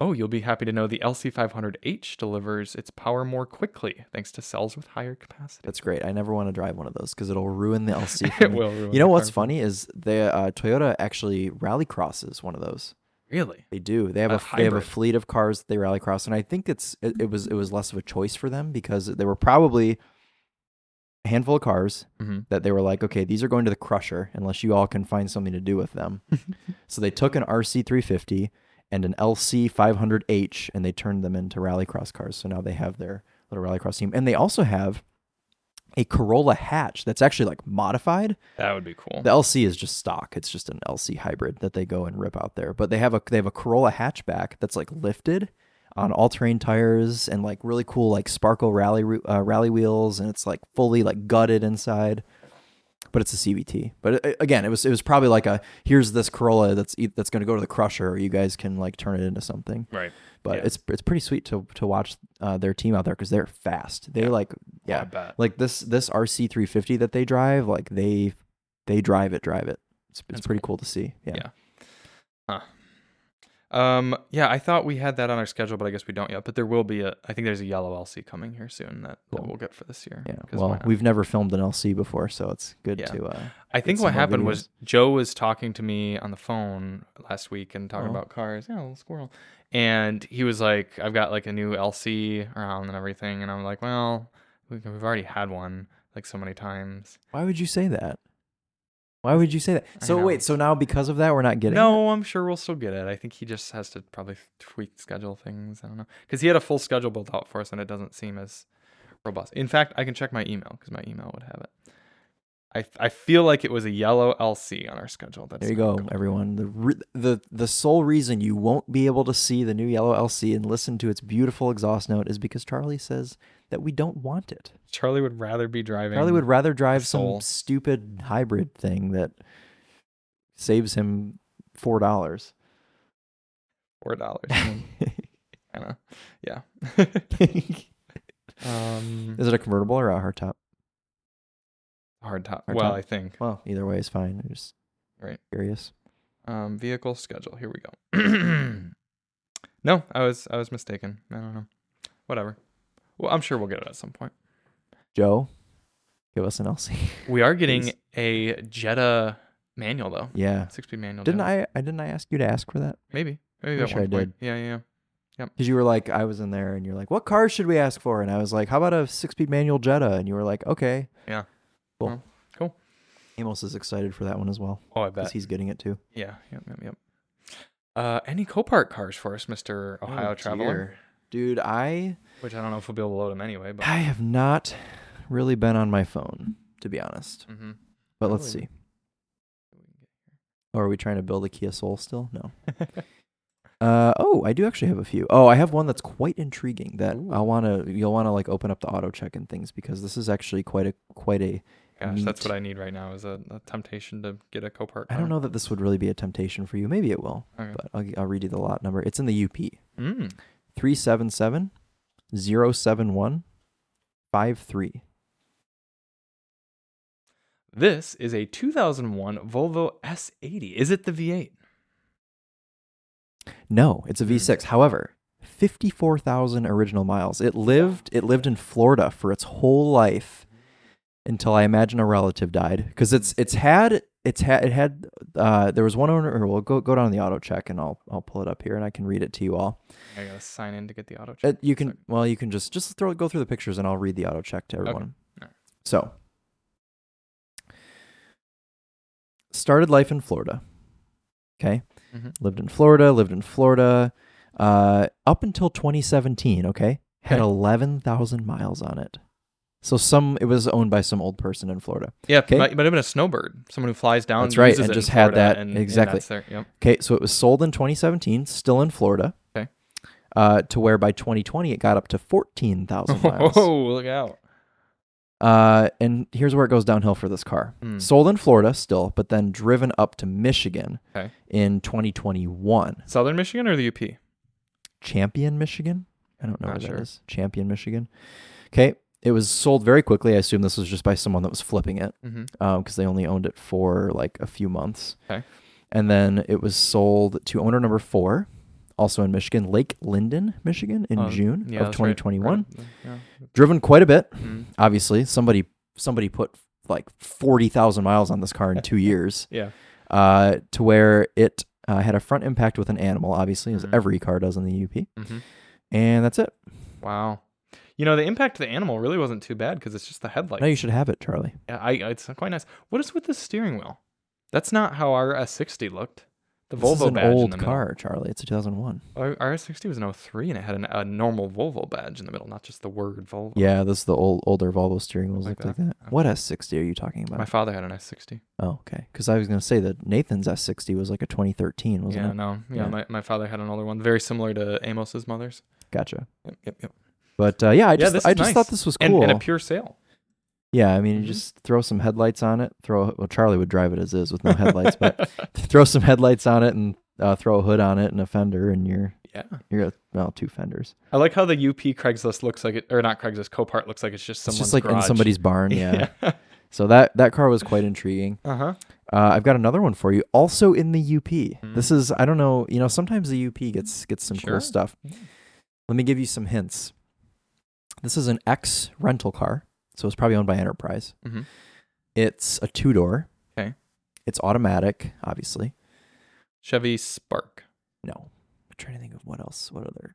[SPEAKER 2] Oh, you'll be happy to know the LC500H delivers its power more quickly thanks to cells with higher capacity.
[SPEAKER 1] That's great. I never want to drive one of those because it'll ruin the LC. for
[SPEAKER 2] it
[SPEAKER 1] me.
[SPEAKER 2] will. Ruin
[SPEAKER 1] You know
[SPEAKER 2] the
[SPEAKER 1] what's
[SPEAKER 2] car.
[SPEAKER 1] funny is the uh, Toyota actually rallycrosses one of those.
[SPEAKER 2] Really?
[SPEAKER 1] They do. They have
[SPEAKER 2] A
[SPEAKER 1] a, they have a
[SPEAKER 2] hybrid.
[SPEAKER 1] fleet of cars that they rallycross, and I think it's it, it was it was less of a choice for them because there were probably a handful of cars
[SPEAKER 2] Mhm.
[SPEAKER 1] that they were like, okay, these are going to the crusher unless you all can find something to do with them. so they took an RC 350 and an LC 500H and they turned them into rallycross cars. So now they have their little rallycross team, and they also have a Corolla hatch that's actually like modified
[SPEAKER 2] That would be cool.
[SPEAKER 1] the LC is just stock. It's just an LC hybrid that they go and rip out there. But they have a they have a Corolla hatchback that's like lifted on all-terrain tires and like really cool like sparkle rally ru- uh, rally wheels and it's like fully like gutted inside. But it's a CVT. But uh, again, it was it was probably like a here's this Corolla that's e- that's going to go to the crusher or you guys can like turn it into something.
[SPEAKER 2] right.
[SPEAKER 1] But
[SPEAKER 2] Yeah.
[SPEAKER 1] it's it's pretty sweet to to watch uh, their team out there cuz they're fast. They're like yeah.
[SPEAKER 2] I bet.
[SPEAKER 1] Like this this RC 350 that they drive, like they they drive it, drive it. It's, it's
[SPEAKER 2] That's
[SPEAKER 1] pretty cool. to see. Yeah.
[SPEAKER 2] Yeah. Um, yeah, I thought we had that on our schedule, but I guess we don't yet. But there will be a. I think there's a yellow LC coming here soon that, that
[SPEAKER 1] Cool.
[SPEAKER 2] we'll get for this year.
[SPEAKER 1] Yeah.
[SPEAKER 2] 'cause why
[SPEAKER 1] Well,
[SPEAKER 2] not?
[SPEAKER 1] we've never filmed an LC before, so it's good
[SPEAKER 2] Yeah.
[SPEAKER 1] to uh
[SPEAKER 2] I think
[SPEAKER 1] some
[SPEAKER 2] what
[SPEAKER 1] more
[SPEAKER 2] happened was Joe was talking to me on the phone last week and talking
[SPEAKER 1] Oh.
[SPEAKER 2] about cars. Yeah, little squirrel. And he was like, "I've got like a new LC around and everything," and I'm like, "Well, we- we've already had one like so many times."
[SPEAKER 1] Why would you say that? Why would you say that?
[SPEAKER 2] I
[SPEAKER 1] So
[SPEAKER 2] know.
[SPEAKER 1] wait, so now because of that we're not getting it?
[SPEAKER 2] No, I'm sure we'll still get it. I think he just has to probably tweak schedule things. I don't know because he had a full schedule built out for us, and it doesn't seem as robust. In fact, I can check my email because my email would have it. I I feel like it was a yellow LC on our schedule. That's
[SPEAKER 1] There you
[SPEAKER 2] not
[SPEAKER 1] go, everyone. The re- the the sole reason you won't be able to see the new yellow LC and listen to its beautiful exhaust note is because Charlie says that we don't want it.
[SPEAKER 2] Charlie would rather be driving.
[SPEAKER 1] Charlie would rather drive
[SPEAKER 2] soul.
[SPEAKER 1] some stupid hybrid thing that saves him four dollars.
[SPEAKER 2] four dollars. kind of, yeah.
[SPEAKER 1] Is
[SPEAKER 2] um,
[SPEAKER 1] it a convertible or a hardtop?
[SPEAKER 2] hard top.
[SPEAKER 1] hard
[SPEAKER 2] well,
[SPEAKER 1] top.
[SPEAKER 2] I think
[SPEAKER 1] Well, either way is fine. I'm just
[SPEAKER 2] Right.
[SPEAKER 1] curious.
[SPEAKER 2] um, vehicle schedule. Here we go. no, I was I was mistaken. I don't know. Whatever. Well, I'm sure we'll get it at some point.
[SPEAKER 1] Joe, give us an LC.
[SPEAKER 2] We are getting
[SPEAKER 1] Please.
[SPEAKER 2] a Jetta manual though.
[SPEAKER 1] yeah.
[SPEAKER 2] Six speed manual.
[SPEAKER 1] Didn't
[SPEAKER 2] Jetta.
[SPEAKER 1] I? I didn't I ask you to ask for that?
[SPEAKER 2] Maybe. Maybe
[SPEAKER 1] Pretty
[SPEAKER 2] at
[SPEAKER 1] sure
[SPEAKER 2] one
[SPEAKER 1] I
[SPEAKER 2] point. Yeah, yeah. yeah.
[SPEAKER 1] Because you were like, I was in there, and you're like, what car should we ask for? And I was like, how about a six-speed manual Jetta? And you were like, okay.
[SPEAKER 2] Yeah.
[SPEAKER 1] Cool.
[SPEAKER 2] Well, cool.
[SPEAKER 1] Amos is excited for that one as well
[SPEAKER 2] Oh, I
[SPEAKER 1] because
[SPEAKER 2] bet.
[SPEAKER 1] he's getting it too.
[SPEAKER 2] Yeah. Yep. Yep. Yep. Uh, any Copart cars for us, Mister Ohio
[SPEAKER 1] Oh,
[SPEAKER 2] Traveler?
[SPEAKER 1] dear. Dude, I
[SPEAKER 2] Which I don't know if we'll be able to load them anyway, but
[SPEAKER 1] I have not really been on my phone, to be honest.
[SPEAKER 2] hmm
[SPEAKER 1] But let's
[SPEAKER 2] Really?
[SPEAKER 1] see. Or are we trying to build a Kia Soul still? No. Uh, oh, I do actually have a few. Oh, I have one that's quite intriguing that
[SPEAKER 2] Ooh.
[SPEAKER 1] I want to you'll want to like open up the auto check and things because this is actually quite a quite a
[SPEAKER 2] Gosh, that's what
[SPEAKER 1] Neat.
[SPEAKER 2] I need right now is a, a temptation to get a Copart.
[SPEAKER 1] I don't know that this would really be a temptation for you. Maybe it will.
[SPEAKER 2] Okay.
[SPEAKER 1] But I'll, I'll read you the lot number. It's in the UP.
[SPEAKER 2] Mm.
[SPEAKER 1] 377 071 53.
[SPEAKER 2] This is a 2001 Volvo S80. Is it the V8?
[SPEAKER 1] No, it's a
[SPEAKER 2] Hmm.
[SPEAKER 1] V6. However, 54,000 original miles. It lived it lived in Florida for its whole life until I imagine a relative died cuz it's it's had it's had it had uh there was one owner or we'll go go down to the auto check and I'll I'll pull it up here and I can read it to you all.
[SPEAKER 2] I gotta sign in to get the auto check.
[SPEAKER 1] It, Uh, you can
[SPEAKER 2] Sorry.
[SPEAKER 1] well you can just just throw go through the pictures and I'll read the auto check to everyone.
[SPEAKER 2] Alright.
[SPEAKER 1] So started life in Florida. Okay?
[SPEAKER 2] Mhm.
[SPEAKER 1] Lived in Florida, lived in Florida uh up until 2017, okay? Had
[SPEAKER 2] Okay.
[SPEAKER 1] 11,000 miles on it. So some it was owned by some old person in Florida. Uh,
[SPEAKER 2] Yeah,
[SPEAKER 1] Okay.
[SPEAKER 2] but, but even a snowbird, someone who flies down.
[SPEAKER 1] That's right,
[SPEAKER 2] uses
[SPEAKER 1] and
[SPEAKER 2] it in
[SPEAKER 1] just had
[SPEAKER 2] Florida
[SPEAKER 1] that-
[SPEAKER 2] and-
[SPEAKER 1] exactly.
[SPEAKER 2] And that's their, yep.
[SPEAKER 1] Okay, so it was sold in 2017, still in Florida.
[SPEAKER 2] Okay.
[SPEAKER 1] Uh, to where by 2020 it got up to 14,000 miles.
[SPEAKER 2] Oh, look out!
[SPEAKER 1] Uh, and here's where it goes downhill for this car.
[SPEAKER 2] Hmm.
[SPEAKER 1] Sold in Florida still, but then driven up to Michigan
[SPEAKER 2] Okay.
[SPEAKER 1] in 2021.
[SPEAKER 2] Southern Michigan or the UP?
[SPEAKER 1] Champion, Michigan. I don't know
[SPEAKER 2] Not
[SPEAKER 1] where
[SPEAKER 2] sure.
[SPEAKER 1] that is. Champion, Michigan. Okay. It was sold very quickly. I assume this was just by someone that was flipping it
[SPEAKER 2] Mm-hmm.
[SPEAKER 1] because they only owned it for like a few months.
[SPEAKER 2] Okay.
[SPEAKER 1] And then it was sold to owner number four, also in Michigan, Lake Linden, Michigan, in
[SPEAKER 2] Um,
[SPEAKER 1] June
[SPEAKER 2] yeah,
[SPEAKER 1] of
[SPEAKER 2] that's right.
[SPEAKER 1] 2021.
[SPEAKER 2] Right. Yeah.
[SPEAKER 1] Driven quite a bit,
[SPEAKER 2] Mhm.
[SPEAKER 1] obviously. Somebody somebody put like 40,000 miles on this car in two years
[SPEAKER 2] Yeah.
[SPEAKER 1] uh, to where it uh, had a front impact with an animal, obviously, as
[SPEAKER 2] Mhm.
[SPEAKER 1] every car does in the UP.
[SPEAKER 2] Mm-hmm.
[SPEAKER 1] And that's it.
[SPEAKER 2] Wow. You know, the impact of the animal really wasn't too bad because it's just the headlight.
[SPEAKER 1] Now you should have it, Charlie.
[SPEAKER 2] I, I, it's quite nice. What is with the steering wheel? That's not how our S60 looked. The
[SPEAKER 1] This
[SPEAKER 2] Volvo
[SPEAKER 1] is an
[SPEAKER 2] badge in
[SPEAKER 1] old
[SPEAKER 2] the middle.
[SPEAKER 1] car, Charlie. It's a 2001.
[SPEAKER 2] Our, our S60 was an 03 and it had an, a normal Volvo badge in the middle, not just the word Volvo.
[SPEAKER 1] Yeah, this is the old older Volvo steering wheels
[SPEAKER 2] Like
[SPEAKER 1] looked like that. What S60 are you talking
[SPEAKER 2] My
[SPEAKER 1] about?
[SPEAKER 2] father had an S60.
[SPEAKER 1] oh, okay. Because I was going to say that Nathan's S60 was like a 2013, wasn't
[SPEAKER 2] yeah,
[SPEAKER 1] it?
[SPEAKER 2] no. Yeah,
[SPEAKER 1] Yeah.
[SPEAKER 2] My, my father had an older one, very similar to Amos's mother's.
[SPEAKER 1] Gotcha.
[SPEAKER 2] Yep, yep, yep.
[SPEAKER 1] But uh, yeah, I
[SPEAKER 2] Yeah,
[SPEAKER 1] just
[SPEAKER 2] this
[SPEAKER 1] I
[SPEAKER 2] is
[SPEAKER 1] just
[SPEAKER 2] nice.
[SPEAKER 1] thought this was
[SPEAKER 2] And,
[SPEAKER 1] cool.
[SPEAKER 2] and a pure sale.
[SPEAKER 1] yeah, I mean, you
[SPEAKER 2] Mhm.
[SPEAKER 1] just throw some headlights on it. Throw well, Charlie would drive it as is with no headlights, but throw some headlights on it and uh, throw a hood on it and a fender, and you're
[SPEAKER 2] yeah.
[SPEAKER 1] you're a, well two fenders.
[SPEAKER 2] I like how the UP Craigslist looks like it, or not Craigslist, Copart looks like it's just
[SPEAKER 1] It's
[SPEAKER 2] someone's
[SPEAKER 1] just like in
[SPEAKER 2] garage.
[SPEAKER 1] somebody's barn. Yeah. so that that car was quite intriguing.
[SPEAKER 2] uh huh.
[SPEAKER 1] Uh, I've got another one for you, also in the UP. This is I don't know. You know, sometimes the UP gets gets some
[SPEAKER 2] Hmm. Sure.
[SPEAKER 1] cool stuff.
[SPEAKER 2] Yeah.
[SPEAKER 1] Let me give you some hints. This is an X rental car, so it's probably owned by Enterprise.
[SPEAKER 2] Mhm.
[SPEAKER 1] It's a two door.
[SPEAKER 2] Okay.
[SPEAKER 1] It's automatic, obviously.
[SPEAKER 2] Chevy Spark.
[SPEAKER 1] No, I'm trying to think of what else. What other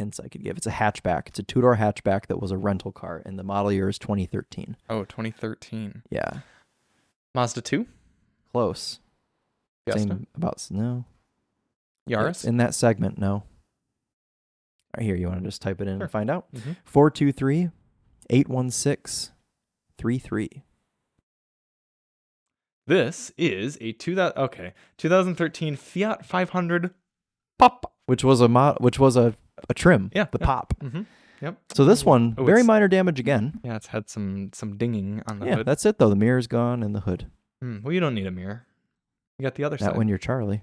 [SPEAKER 1] hints I could give? It's a hatchback. It's a two door hatchback that was a rental car, and the model year is 2013.
[SPEAKER 2] Oh, 2013.
[SPEAKER 1] Yeah,
[SPEAKER 2] Mazda 2?
[SPEAKER 1] close.
[SPEAKER 2] Fiesta?
[SPEAKER 1] Same about s- no. It's
[SPEAKER 2] Yaris?
[SPEAKER 1] in that segment, no. Right here, you want to just type it in
[SPEAKER 2] Sure.
[SPEAKER 1] and find out?
[SPEAKER 2] Mhm.
[SPEAKER 1] 423 816 33.
[SPEAKER 2] This is a 2000, okay, 2013 Fiat 500 Pop.
[SPEAKER 1] Which was a mo- which was a, a trim.
[SPEAKER 2] Yeah,
[SPEAKER 1] The
[SPEAKER 2] yeah.
[SPEAKER 1] pop.
[SPEAKER 2] Mm-hmm. Yep.
[SPEAKER 1] So this one,
[SPEAKER 2] Oh,
[SPEAKER 1] very
[SPEAKER 2] it's-
[SPEAKER 1] minor damage again.
[SPEAKER 2] Yeah, it's had some some dinging on the
[SPEAKER 1] Yeah,
[SPEAKER 2] hood.
[SPEAKER 1] that's it though. The mirror's gone and the hood.
[SPEAKER 2] Mm, well, you don't need a mirror. You got the other
[SPEAKER 1] Not
[SPEAKER 2] side.
[SPEAKER 1] when you're Charlie.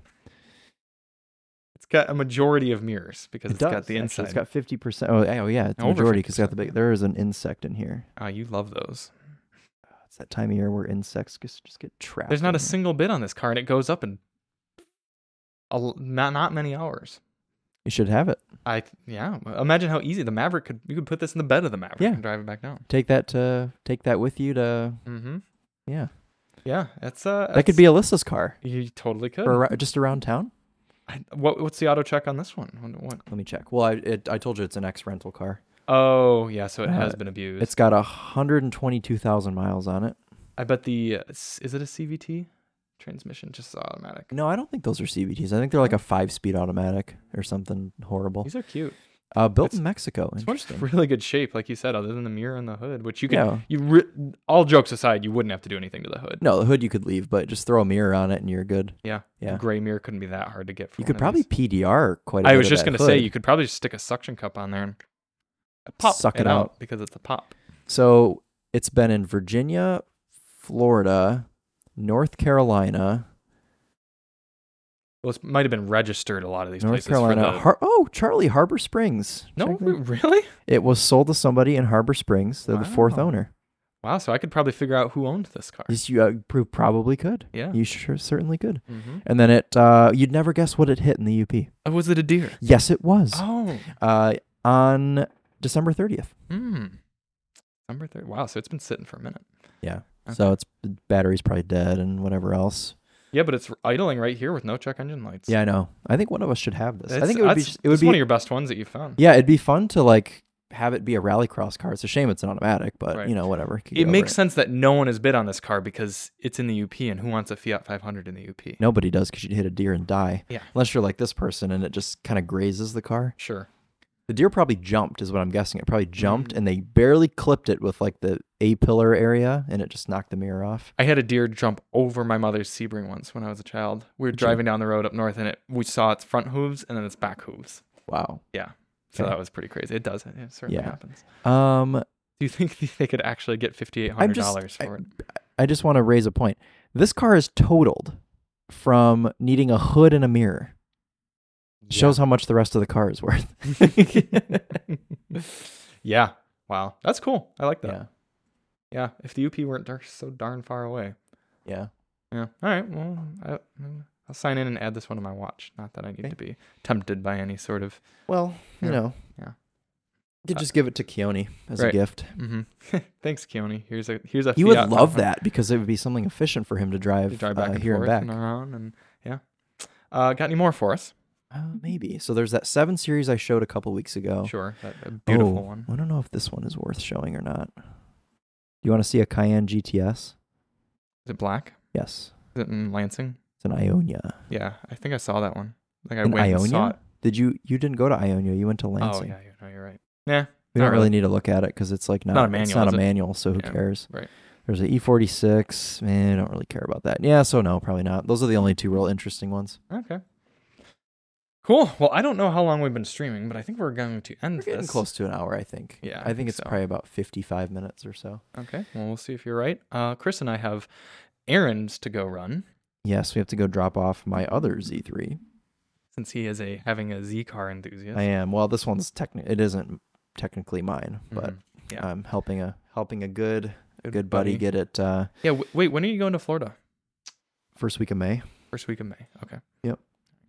[SPEAKER 2] It's got a majority of mirrors because it's got the
[SPEAKER 1] actually.
[SPEAKER 2] inside.
[SPEAKER 1] It's got 50%. Oh, yeah, oh, yeah. It's the
[SPEAKER 2] Over
[SPEAKER 1] majority because it's got the
[SPEAKER 2] 50%,
[SPEAKER 1] big. There is an insect in here.
[SPEAKER 2] Ah, you love those.
[SPEAKER 1] It's that time of year where insects just, just get trapped.
[SPEAKER 2] There's not
[SPEAKER 1] in
[SPEAKER 2] a
[SPEAKER 1] there.
[SPEAKER 2] single bit on this car, and it goes up in a, l- not not many hours.
[SPEAKER 1] You should have it.
[SPEAKER 2] I th- yeah. well, Imagine how easy the Maverick could. You could put this in the bed of the Maverick
[SPEAKER 1] Yeah.
[SPEAKER 2] and drive it back down.
[SPEAKER 1] Take that to take that with you to
[SPEAKER 2] Mm-hmm.
[SPEAKER 1] yeah.
[SPEAKER 2] Yeah, that's uh.
[SPEAKER 1] That could be Alyssa's car.
[SPEAKER 2] that's- You totally could.
[SPEAKER 1] for arou- just around town.
[SPEAKER 2] I, what what's the auto check on this one? What, what?
[SPEAKER 1] Let me check. Well, I it, I told you it's an X rental car.
[SPEAKER 2] Oh yeah, so it
[SPEAKER 1] Uh,
[SPEAKER 2] has been abused.
[SPEAKER 1] It's got hundred and twenty-two thousand miles on it.
[SPEAKER 2] I bet the uh, s- is it a CVT transmission? Just automatic.
[SPEAKER 1] No, I don't think those are CVTs. I think they're like a five-speed automatic or something horrible.
[SPEAKER 2] These are cute.
[SPEAKER 1] Uh, built
[SPEAKER 2] it's-
[SPEAKER 1] in Mexico.
[SPEAKER 2] It's one
[SPEAKER 1] Interesting.
[SPEAKER 2] really good shape, like you said, other than the mirror and the hood, which you could.
[SPEAKER 1] Yeah.
[SPEAKER 2] You re- all jokes aside, you wouldn't have to do anything to the hood.
[SPEAKER 1] No, the hood you could leave, but just throw a mirror on it and you're good.
[SPEAKER 2] Yeah.
[SPEAKER 1] Yeah.
[SPEAKER 2] A gray mirror couldn't be that hard to get. For
[SPEAKER 1] You
[SPEAKER 2] one
[SPEAKER 1] could
[SPEAKER 2] of
[SPEAKER 1] probably
[SPEAKER 2] these.
[SPEAKER 1] PDR quite. a
[SPEAKER 2] I
[SPEAKER 1] bit
[SPEAKER 2] was
[SPEAKER 1] of
[SPEAKER 2] just
[SPEAKER 1] that
[SPEAKER 2] gonna say
[SPEAKER 1] hood.
[SPEAKER 2] you could probably just stick a suction cup on there and pop
[SPEAKER 1] Suck
[SPEAKER 2] it
[SPEAKER 1] it
[SPEAKER 2] out.
[SPEAKER 1] out.
[SPEAKER 2] because it's a pop.
[SPEAKER 1] So it's been in Virginia, Florida, North Carolina,
[SPEAKER 2] Well, it might have been registered a lot of these
[SPEAKER 1] North
[SPEAKER 2] places.
[SPEAKER 1] Carolina.
[SPEAKER 2] For the,
[SPEAKER 1] Har- oh, Charlie Harbor Springs.
[SPEAKER 2] no,
[SPEAKER 1] Check that.
[SPEAKER 2] really?
[SPEAKER 1] It was sold to somebody in Harbor Springs. They're the fourth
[SPEAKER 2] Wow.
[SPEAKER 1] owner.
[SPEAKER 2] Wow. So I could probably figure out who owned this car.
[SPEAKER 1] Yes, you uh, pro- probably could.
[SPEAKER 2] Yeah.
[SPEAKER 1] You sure certainly could.
[SPEAKER 2] Mm-hmm.
[SPEAKER 1] And then it, uh, you'd never guess what it hit in the UP.
[SPEAKER 2] Oh, was it a deer?
[SPEAKER 1] Yes, it was.
[SPEAKER 2] Oh.
[SPEAKER 1] Uh, on December 30th.
[SPEAKER 2] Hmm. Number three. Wow. So it's been sitting for a minute.
[SPEAKER 1] Yeah.
[SPEAKER 2] Okay.
[SPEAKER 1] So it's battery's probably dead and whatever else.
[SPEAKER 2] Yeah, but it's idling right here with no check engine lights.
[SPEAKER 1] Yeah, I know. I think one of us should have this. I
[SPEAKER 2] That's-
[SPEAKER 1] think it would be.
[SPEAKER 2] that's-
[SPEAKER 1] It would
[SPEAKER 2] that's one of
[SPEAKER 1] be.
[SPEAKER 2] your best ones that you found.
[SPEAKER 1] Yeah, it'd be fun to like have it be a rallycross car. It's a shame it's an automatic, but
[SPEAKER 2] Right.
[SPEAKER 1] you know whatever. Could get
[SPEAKER 2] It
[SPEAKER 1] over
[SPEAKER 2] makes sense that no one has bid on this car because it's in the UP, and who wants a Fiat 500 in the UP?
[SPEAKER 1] Nobody does because you'd hit a deer and die.
[SPEAKER 2] Yeah.
[SPEAKER 1] Unless you're like this person and it just kind of grazes the car.
[SPEAKER 2] Sure.
[SPEAKER 1] The deer probably jumped, is what I'm guessing. It probably jumped,
[SPEAKER 2] Mm.
[SPEAKER 1] and they barely clipped it with like the A pillar area, and it just knocked the mirror off.
[SPEAKER 2] I had a deer jump over my mother's Sebring once when I was a child. We were
[SPEAKER 1] you?
[SPEAKER 2] driving down the road up north, and it we saw its front hooves and then its back hooves.
[SPEAKER 1] Wow.
[SPEAKER 2] Yeah. So
[SPEAKER 1] Okay.
[SPEAKER 2] that was pretty crazy. It does. It It certainly
[SPEAKER 1] Yeah.
[SPEAKER 2] happens.
[SPEAKER 1] Um,
[SPEAKER 2] Do you think they could actually get fifty eight hundred dollars
[SPEAKER 1] I-
[SPEAKER 2] for it?
[SPEAKER 1] I just want to raise a point. This car is totaled from needing a hood and a mirror. Shows how much the rest of the car is worth.
[SPEAKER 2] yeah. Wow. That's cool. I like that.
[SPEAKER 1] yeah.
[SPEAKER 2] Yeah, if the UP weren't dar- so darn far away.
[SPEAKER 1] Yeah.
[SPEAKER 2] Yeah. All right. Well, I, mm, I'll sign in and add this one to my watch. Not that I need
[SPEAKER 1] Okay.
[SPEAKER 2] to be tempted by any sort of.
[SPEAKER 1] Well, you
[SPEAKER 2] Yeah.
[SPEAKER 1] know.
[SPEAKER 2] Yeah.
[SPEAKER 1] You could
[SPEAKER 2] Uh,
[SPEAKER 1] just give it to Keone as a
[SPEAKER 2] right.
[SPEAKER 1] gift.
[SPEAKER 2] hmm Thanks, Keone. Here's a here's a.
[SPEAKER 1] He would
[SPEAKER 2] Fiat
[SPEAKER 1] love
[SPEAKER 2] Falcon
[SPEAKER 1] that because it would be something efficient for him to drive,
[SPEAKER 2] to drive back
[SPEAKER 1] uh,
[SPEAKER 2] and
[SPEAKER 1] here
[SPEAKER 2] forth
[SPEAKER 1] and
[SPEAKER 2] and
[SPEAKER 1] back.
[SPEAKER 2] around, and yeah. Uh, got any more for us?
[SPEAKER 1] Uh, maybe. So there's that seven series I showed a couple weeks ago.
[SPEAKER 2] Sure, that, a beautiful
[SPEAKER 1] Oh,
[SPEAKER 2] one.
[SPEAKER 1] I don't know if this one is worth showing or not. Do you want to see a Cayenne GTS?
[SPEAKER 2] Is it black?
[SPEAKER 1] Yes.
[SPEAKER 2] Is it in Lansing?
[SPEAKER 1] It's an Ionia.
[SPEAKER 2] Yeah, I think I saw that one. Like I
[SPEAKER 1] An
[SPEAKER 2] went and saw
[SPEAKER 1] Ionia?
[SPEAKER 2] it.
[SPEAKER 1] Did you you didn't go to Ionia, you went to Lansing.
[SPEAKER 2] Oh yeah, you know, you're right. Yeah,
[SPEAKER 1] We
[SPEAKER 2] Not
[SPEAKER 1] don't really.
[SPEAKER 2] really.
[SPEAKER 1] need to look at it because it's like not,
[SPEAKER 2] Not a
[SPEAKER 1] it's
[SPEAKER 2] manual,
[SPEAKER 1] not
[SPEAKER 2] is
[SPEAKER 1] a
[SPEAKER 2] it?
[SPEAKER 1] manual, so who
[SPEAKER 2] Yeah,
[SPEAKER 1] cares?
[SPEAKER 2] right.
[SPEAKER 1] There's an E46. Man, I don't really care about that. Yeah, so no, probably not. Those are the only two real interesting ones.
[SPEAKER 2] Okay. Cool. Well, I don't know how long we've been streaming, but I think we're going to end
[SPEAKER 1] We're getting
[SPEAKER 2] this.
[SPEAKER 1] close to an hour, I think.
[SPEAKER 2] Yeah, I
[SPEAKER 1] I think
[SPEAKER 2] think
[SPEAKER 1] it's
[SPEAKER 2] so.
[SPEAKER 1] probably about 55 minutes or so.
[SPEAKER 2] Okay. Well, we'll see if you're right. Uh, Chris and I have errands to go run
[SPEAKER 1] Yes, we have to go drop off my other Z3.
[SPEAKER 2] since he is a having a Z car enthusiast.
[SPEAKER 1] I am. Well, this one's technically it isn't technically mine, but
[SPEAKER 2] Mhm. yeah.
[SPEAKER 1] I'm helping a helping a good a good buddy, get it uh,
[SPEAKER 2] Yeah. W- wait. When are you going to Florida?
[SPEAKER 1] first week of May,
[SPEAKER 2] First week of May. Okay.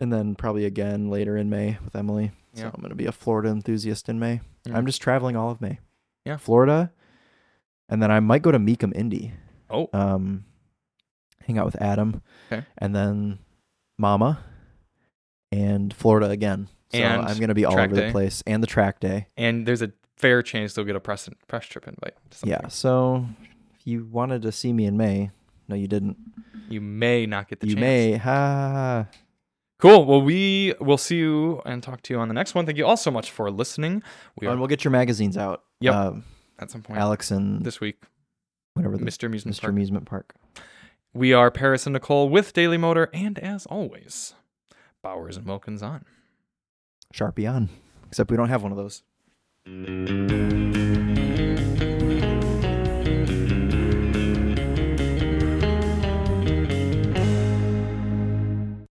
[SPEAKER 1] and then probably again later in May with Emily. So
[SPEAKER 2] Yeah.
[SPEAKER 1] I'm gonna be a Florida enthusiast in May. I'm
[SPEAKER 2] Mm.
[SPEAKER 1] just traveling all of May.
[SPEAKER 2] Yeah.
[SPEAKER 1] Florida. And then I might go to Meekum, Indy.
[SPEAKER 2] Oh.
[SPEAKER 1] Um, hang out with Adam.
[SPEAKER 2] Okay.
[SPEAKER 1] And then Mama and Florida again. So
[SPEAKER 2] And
[SPEAKER 1] I'm going to be all
[SPEAKER 2] track
[SPEAKER 1] over
[SPEAKER 2] day.
[SPEAKER 1] the place and the track day.
[SPEAKER 2] And there's a fair chance they'll get a press press trip invite. to something.
[SPEAKER 1] Yeah. So if you wanted to see me in May, no, you didn't.
[SPEAKER 2] You may not get the
[SPEAKER 1] you
[SPEAKER 2] chance.
[SPEAKER 1] may. Ha.
[SPEAKER 2] Cool. Well, we will see you and talk to you on the next one. Thank you all so much for listening. We
[SPEAKER 1] And
[SPEAKER 2] are
[SPEAKER 1] we'll get your magazines out.
[SPEAKER 2] Yep.
[SPEAKER 1] Um,
[SPEAKER 2] at some point
[SPEAKER 1] Alex and
[SPEAKER 2] this week.
[SPEAKER 1] whatever the
[SPEAKER 2] Mr. Amusement
[SPEAKER 1] Mr.
[SPEAKER 2] Park.
[SPEAKER 1] Amusement Park.
[SPEAKER 2] We are Paris and Nicole with Daily Motor, and as always, Bowers and Wilkins on.
[SPEAKER 1] Sharpie on. Except we don't have one of those.
[SPEAKER 3] Thank you.